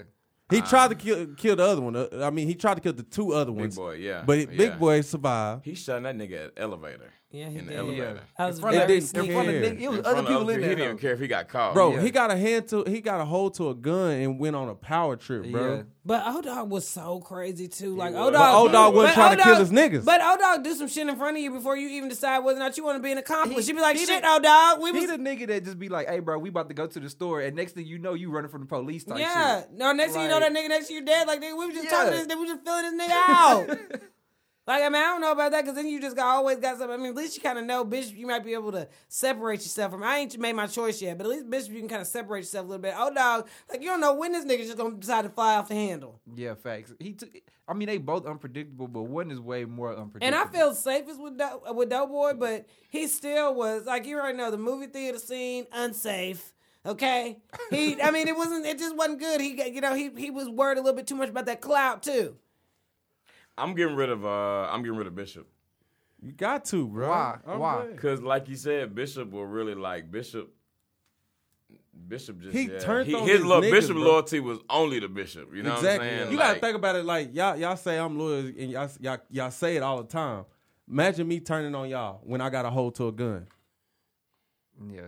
E: He tried to kill kill the other one. Uh, I mean, he tried to kill the two other ones.
A: Boy, yeah,
E: But
A: yeah.
E: Big Boy survived.
A: He shot that nigga at elevator.
C: Yeah, he
A: in the
C: did.
A: elevator.
C: I was
D: In front
E: It
D: of,
C: very
D: in
E: didn't
C: sneaky.
D: front of
E: care.
D: nigg- it was
A: In
D: other
A: front of He
D: people in there.
A: didn't even
D: though.
A: care if he got caught.
E: Bro,
D: Yeah.
E: he got a hand to he got a hold to a gun and went on a power trip, bro.
D: Yeah.
C: But O Dog was so crazy too. Like
A: was.
C: O
A: But
C: Dog,
E: O-Dog wasn't trying to kill his niggas.
C: But O Dog do some shit in front of you before you even decide whether or not you want to be an accomplice.
D: He-
C: She'd be like,
D: he
C: "Shit,
D: did-
C: O Dog, we
D: He
C: was
D: the nigga that just be like, "Hey, bro, we about to go to the store," and next thing you know, you running from the police type
C: yeah."
D: shit.
C: No, next thing you know, that
D: Like-
C: nigga next to you dead. Like nigga, we was just
D: Yeah.
C: talking to this, nigga, we just filling this nigga out. like I mean, I don't know about that because then you just got always got something. I mean, at least you kind of know, bitch. You might be able to separate yourself from. I ain't made my choice yet, but at least, bitch, you can kind of separate yourself a little bit. O Dog, like you don't know when this nigga just gonna decide to fly off the handle.
D: Yeah, facts. He took. I mean, they both unpredictable, but one is way more unpredictable.
C: And I feel safest with Do- with Doughboy, but he still was like you already know the movie theater scene unsafe. Okay, he. I mean, it wasn't. It just wasn't good. He, got- you know, he he was worried a little bit too much about that clout too.
A: I'm getting rid of. Uh, I'm getting rid of Bishop
E: You got to, bro.
D: why,
E: I'm
D: why.
E: good.
A: because, like you said, Bishop will really like Bishop. Bishop just
E: He
A: yeah.
E: turned on
A: his
E: his
A: lo-
E: niggas,
A: Bishop
E: bro.
A: loyalty was only to Bishop. You know what
E: exactly.
A: I'm saying?
E: you
A: like,
E: gotta think about it like y'all y'all say I'm loyal and y'all y'all y'all say it all the time. Imagine me turning on y'all when I got a hold to a gun.
D: Yeah.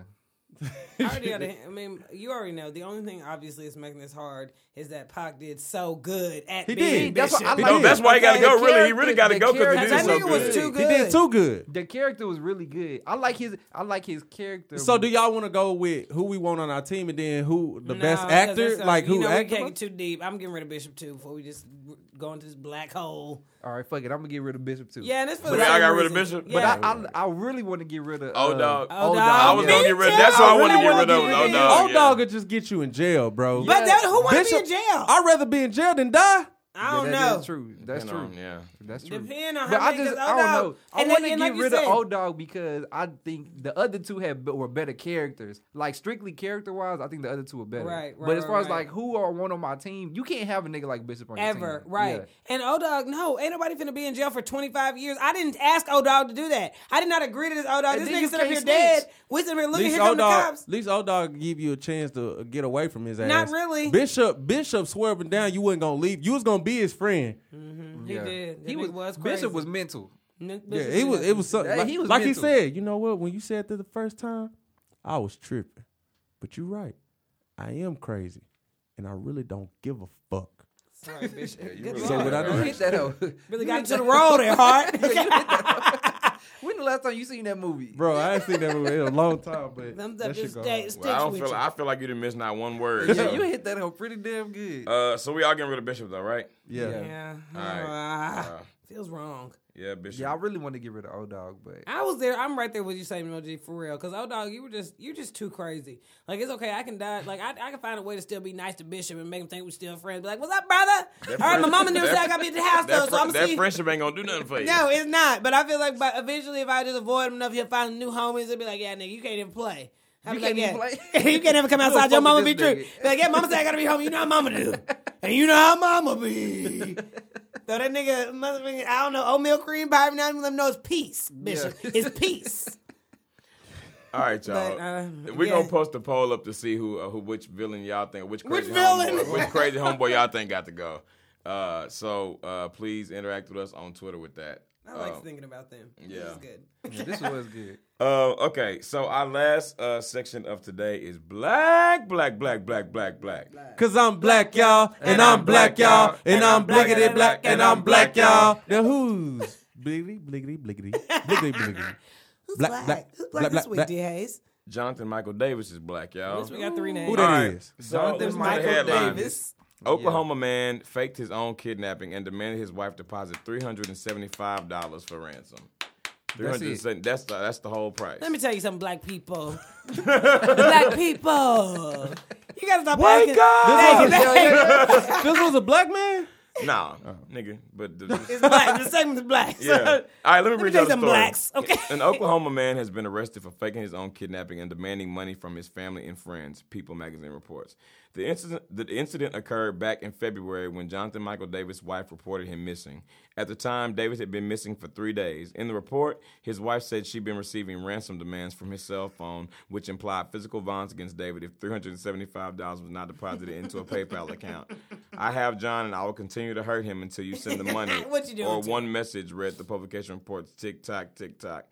C: I already had. a- I mean, you already know. The only thing obviously is making this hard is that Pac did so good at
E: He
C: being
E: did.
D: That's what I
C: Bishop.
D: like.
A: No, that's why he gotta
D: Okay,
A: go,
D: the
A: really. He
D: character-
A: really gotta
D: the
A: go 'cause he
D: character-
A: did
C: that
A: so
C: nigga was
A: good.
C: too
E: He
C: good.
E: did too good.
D: The character was really good. I like his. I like his character.
E: So do y'all want to go with who we want on our team and then who the
C: No,
E: best
C: 'cause
E: actor?
C: that's a-
E: Like
C: you
E: who
C: know,
E: actor?
C: We can't get too deep. I'm getting rid of Bishop too before we just go into this black hole.
D: All right, fuck it. I'm gonna get rid of Bishop too.
C: Yeah, and it's for
A: So
C: the
A: y'all
C: same
A: got rid of
C: reason.
A: Bishop?
D: But
C: Yeah.
D: I, I, I really want to get rid of.
A: Old
D: uh,
A: dog.
D: Old
E: Oh,
C: Old
D: dog.
A: oh, I was gonna
C: Me
A: get rid.
C: too.
A: That's why I
C: I
A: wanted to
C: really
A: get rid of Oh,
C: wanna get
A: Old
C: rid of
A: dog.
E: Old
A: yeah.
E: dog could just get you in jail, bro.
C: But that who want to be
E: Bishop-
C: in jail?
E: I'd rather be in jail than die.
C: I don't know.
D: That's true. That's
A: You know,
D: true.
A: Yeah.
D: That's true.
C: Depend on
D: But
C: how
D: I
C: many
D: just
C: does
D: I
C: Old
D: don't
C: Dog-
D: know. I
C: and
D: want
C: then-
D: to get
C: and like you
D: rid of
C: said-
D: Old Dog because I think the other two had be- were better characters. Like strictly character wise, I think the other two were better.
C: Right, right,
D: But as
C: right,
D: far as
C: right.
D: like who are one on my team, you can't have a nigga like Bishop on your team.
C: Ever, right.
D: Yeah.
C: And O Dog, no, ain't nobody finna be in jail for 25 years. I didn't ask O Dog to do that. I did not agree to this O Dog.
D: And
C: This
D: then you
C: nigga sitting up
D: can't
C: here
D: snitch.
C: dead. We sitting here looking here come the
E: dog,
C: cops.
E: least old dog give you a chance to get away from his ass.
C: Not really.
E: Bishop, Bishop swore up and down you wasn't gonna leave. You was gonna be his friend.
C: He
D: Yeah.
C: did.
D: He was, Bishop was mental.
E: Yeah, it was. It was something.
D: Hey,
E: Like,
D: he was
E: like he
D: mental.
E: said, you know what? When you said that the first time, I was tripping. But you're right. I am crazy, and I really don't give a fuck.
C: Sorry, Bishop. Good
E: So
C: Lord.
E: what I
D: You
E: do?
D: hit that though.
C: Really got to the road there, Hart.
D: When the last time you seen that movie?
E: Bro, I ain't seen that movie in a long time, but
C: Thumbs
E: that
C: up,
E: shit
C: just
E: go
C: stay,
E: hard.
C: sticks
A: Well, I don't
C: with
A: feel.
C: you.
A: I feel like you didn't miss not one word.
D: Yeah,
A: so.
D: you hit that hoe pretty damn good.
A: Uh, so we all getting rid of Bishop though, right?
E: Yeah.
C: yeah.
A: right.
C: Ah, feels wrong.
A: Yeah, Bishop.
D: yeah, I really want to get rid of Old Dog, but
C: I was there. I'm right there with you, Samuel G. For real, because oh dog, you were just you're just too crazy. Like it's okay, I can die. Like I, I can find a way to still be nice to Bishop and make him think we're still friends. Be like, what's up, brother? All right, my
A: friend-
C: mama knew
A: that-
C: said I gotta be at the
A: that,
C: house though, so
A: fri-
C: I'm
A: that
C: see.
A: friendship ain't gonna do nothing for you.
C: No, it's not. But I feel like, but eventually, if I just avoid him enough, he'll find new homies. They'll be like, yeah, nigga, you can't even play. I'll
D: You
C: be like,
D: can't even
C: yeah.
D: play?
C: you can't even come
D: You don't
C: outside. Your
D: fuck
C: mama be
D: with
C: true.
D: this
C: Be
D: nigga.
C: like, yeah, mama said I gotta be home. You know how mama do, and you know how mama be. So that nigga, motherfucker, I don't know, oatmeal cream pie every now and then, let him know it's peace, Bishop.
D: Yeah.
C: It's peace.
A: All right, y'all.
C: But, uh,
A: We're
C: yeah.
A: gonna post a poll up to see who, uh, who which villain y'all think, which
C: Which
A: crazy
C: villain?
A: homeboy, which crazy homeboy y'all think got to go. Uh, so uh, please interact with us on Twitter with that.
C: I
D: Oh.
C: like
A: Um,
C: thinking about them.
A: yeah.
C: This is good.
D: yeah, this was good.
A: Uh, okay, so our last uh, section of today is black, black, black, black, black, black.
E: Cause I'm black, y'all, and I'm black, y'all, and I'm bliggity black, and I'm black, y'all. Now who's bliggity, bliggity, bliggity, bliggity, bliggity?
C: Who's
E: Black,
C: black?
E: black,
C: Who's black,
E: black,
C: this
E: black,
C: week,
E: black.
C: D. Hayes?
A: Jonathan Michael Davis is black,
C: At
A: y'all.
C: least we got three names.
E: Who that
A: All right,
E: is?
A: So
D: Jonathan
A: this is the
D: Michael
A: headline.
C: Davis.
A: Oklahoma man faked his own kidnapping and demanded his wife deposit three hundred and seventy-five dollars for ransom. Three
D: That's
A: hundred.
D: it.
A: That's the that's the whole price.
C: Let me tell you something, black people. black people. You gotta stop
E: Wake
C: acting.
E: up!
C: Thank you, thank you.
E: This was a black man.
A: nah, nigga. But the,
C: It's black. The segment is black. So,
A: yeah. All right, let me
C: me
A: read y'all
C: tell you
A: the
C: some
A: story.
C: blacks, okay?
A: An Oklahoma man has been arrested for faking his own kidnapping and demanding money from his family and friends. People magazine reports. The incident, the incident occurred back in February when Jonathan Michael Davis' wife reported him missing. At the time, Davis had been missing for three days. In the report, his wife said she'd been receiving ransom demands from his cell phone, which implied physical violence against David if $375 was not deposited into a PayPal account. I have John, and I will continue to hurt him until you send the money.
C: What you doing
A: or
C: to
A: one message read the publication reports. Tick tock, tick tock.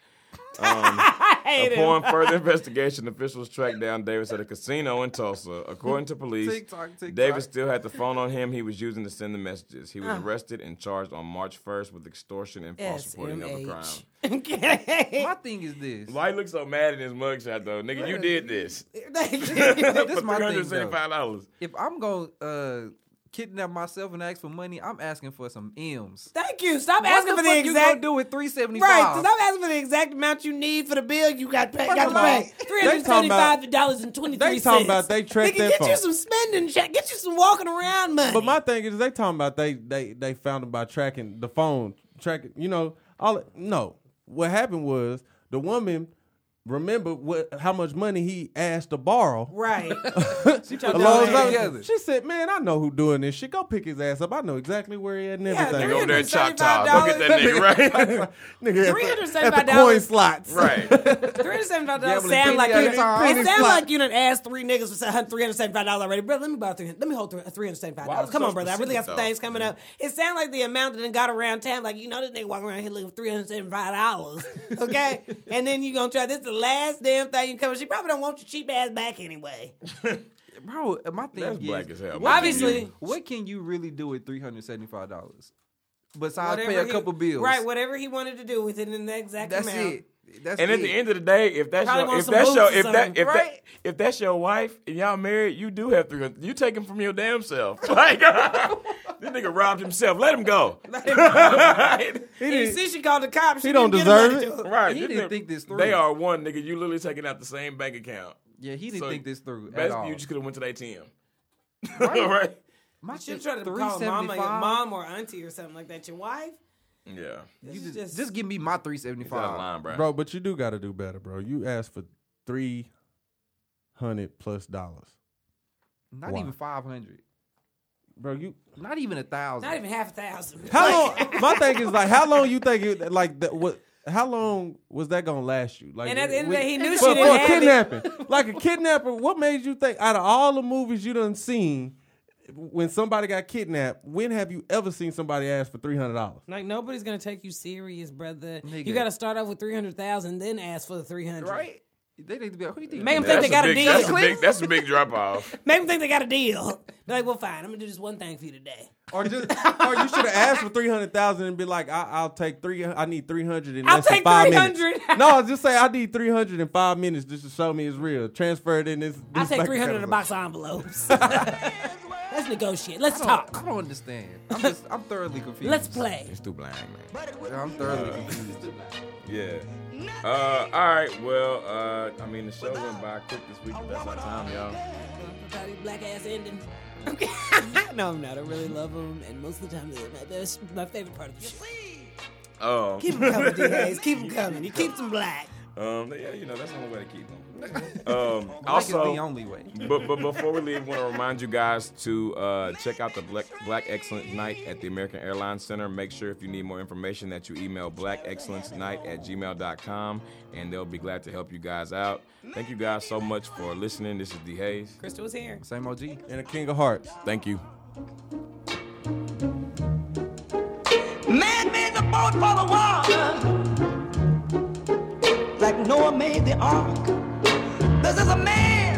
C: I hate it.
A: Um, Upon further investigation, officials tracked down Davis at a casino in Tulsa. According to police,
D: Tick-tock, tick-tock.
A: Davis still had the phone on him he was using to send the messages. He was arrested and charged on March 1st with extortion and false reporting of a crime.
C: SMH. Okay.
D: My thing is this.
A: Why he look so mad in his mugshot though, nigga? You did this
C: Thank you.
A: for
D: is my
A: three
D: thing, though.
A: hundred seventy-five dollars.
D: If I'm going to uh, kidnap myself and ask for money, I'm asking for some M's.
C: Thank you. Stop
D: What
C: asking
D: the
C: for
D: fuck
C: the
D: you gonna
C: exact.
D: do with 375?
C: Right, stop asking for the exact amount you need for the bill you got, pay, got to
D: of all,
C: pay. Three hundred seventy-five dollars and twenty-three
E: they talking about they track
C: Nigga,
E: that
C: get
E: phone.
C: you some spending, check, get you some walking around money.
E: But my thing is, they talking about they they they found him by tracking the phone, tracking. You know, all no. What happened was the woman remembered what how much money he asked to borrow.
C: right,
D: Put
E: A
D: y'all
E: long
D: hands
E: time-
D: together.
E: She said, "Man, I know who doing this shit. Go pick his ass up. I know exactly where he at and
C: Yeah,
E: everything."
A: Nigga over there in Choctaw,
C: $375.
A: go get that nigga right,
E: Nigga, at the-
C: $375
E: at the coin slots.
A: right.
C: three hundred seventy-five dollars
D: Gambling
C: sound like you.
D: piggy
C: It
D: every time.
C: sound
E: Piggy
C: like you done asked three niggas for three hundred seventy-five dollars already, brother. Let me borrow three hundred. Let me hold three hundred seventy-five
A: Why was
C: dollars.
A: it
C: Come
A: so
C: on, brother. I really got some
A: specific,
C: things coming up. It sound like the amount that done got around town. Like you know, this nigga walking around here looking for three hundred seventy-five dollars. Okay, and then you gonna try this is the last damn thing you cover. She probably don't want your cheap ass back anyway.
D: Bro, my thing
A: That's
D: is,
A: black as hell.
D: what can
C: Obviously.
D: you- what can you really do with three hundred seventy five dollars besides
C: Whatever
D: pay a
C: he-
D: couple bills?
C: Right, whatever he wanted to do with it in the exact
D: That's
C: amount.
D: it. That's
A: And
D: it.
A: at the end of the day, if that's
C: Probably
A: your,
C: want
A: if
C: some
A: that's your,
C: boots or
A: if that,
C: something,
A: if that,
C: right?
A: if that's your wife and y'all married, you do have three hundred. You take him from your damn self. Like this nigga robbed himself. Let him go. right.
E: He
C: And you
E: didn't-
C: see, she called the cops. She
E: he don't
C: didn't get him
E: deserve
C: money
E: it.
C: to him.
A: Right.
D: He
A: this
D: didn't
A: nigga-
D: think this through.
A: They are one nigga. You literally taking out the same bank account.
D: yeah, he didn't
A: So,
D: think this through at
A: Best
D: all.
A: you just could have went to the ATM.
D: Right.
A: Right. right.
D: My
C: She
D: shit,
C: tried to
D: three
C: call
D: seventy
C: mama, your
D: five.
C: mom or auntie or something like that. Your wife?
A: Yeah.
C: This is
D: Just, just give me my three seventy
A: It's out of
D: five.
A: line, bro.
E: bro. But you do got to do better, bro. You asked for three hundred plus dollars,
D: Not
E: Why?
D: even five hundred.
E: bro. You
D: Not even a thousand.
C: not even half a thousand.
E: How long? My thing is like, how long you think it like that? What? How long was that gonna last you? Like,
C: And at the end of the
E: when-
C: day, he knew she
E: for,
C: didn't
E: for a
C: have it.
E: kidnapping, like a kidnapper. What made you think out of all the movies you done seen, when somebody got kidnapped, when have you ever seen somebody ask for three hundred dollars?
C: Like nobody's gonna take you serious, brother. You
D: Nigga.
C: gotta start off with three hundred thousand, then ask for the three hundred.
D: right? They need to be. Who do you think?
C: Make 'em
D: you
C: think
D: are?
C: they got a
A: big,
C: deal.
A: That's a big, that's a big drop off.
C: Make them think they got a deal. They're like, well, fine. I'm gonna do this one thing for you today.
E: Or just, or you should have asked for three hundred thousand and be like, I, I'll take three. I need three hundred in
C: I'll
E: less than
C: take
E: five
C: 300.
E: minutes. No, just say I need three hundred in five minutes just to show me it's real. Transfer it in this.
C: I'll
E: this
C: take
E: bank
C: three hundred in a
E: account.
C: box of envelopes. Let's negotiate. Let's
D: I don't, Oh, I
C: talk.
D: don't understand. I'm just. I'm thoroughly confused.
C: Let's play.
A: It's too blind, man.
D: I'm thoroughly confused.
A: Yeah. Uh, all right. Well, uh, I mean, the show went by quick this week, but that's our time, y'all.
C: Probably black ass ending. Okay. no, I'm not. I really love them, and most of the time, they're my, that's my favorite part of the show.
A: Oh,
C: Keep them coming, DAs. Keep them coming. You keep them black.
A: um, yeah, you know, that's the only way to keep them. Um,
D: Like it's the
A: also,
D: only way.
A: but, but before we leave, want to remind you guys to uh, check out the Black, Black Excellence Night at the American Airlines Center. Make sure if you need more information that you email blackexcellencenight at gmail.com, and they'll be glad to help you guys out. Thank you guys so much for listening. This is D. Hayes.
C: Crystal was here.
D: Same OG.
E: and a king of hearts.
A: Thank you.
B: Man made the boat for the water, like Noah made the ark. This is a man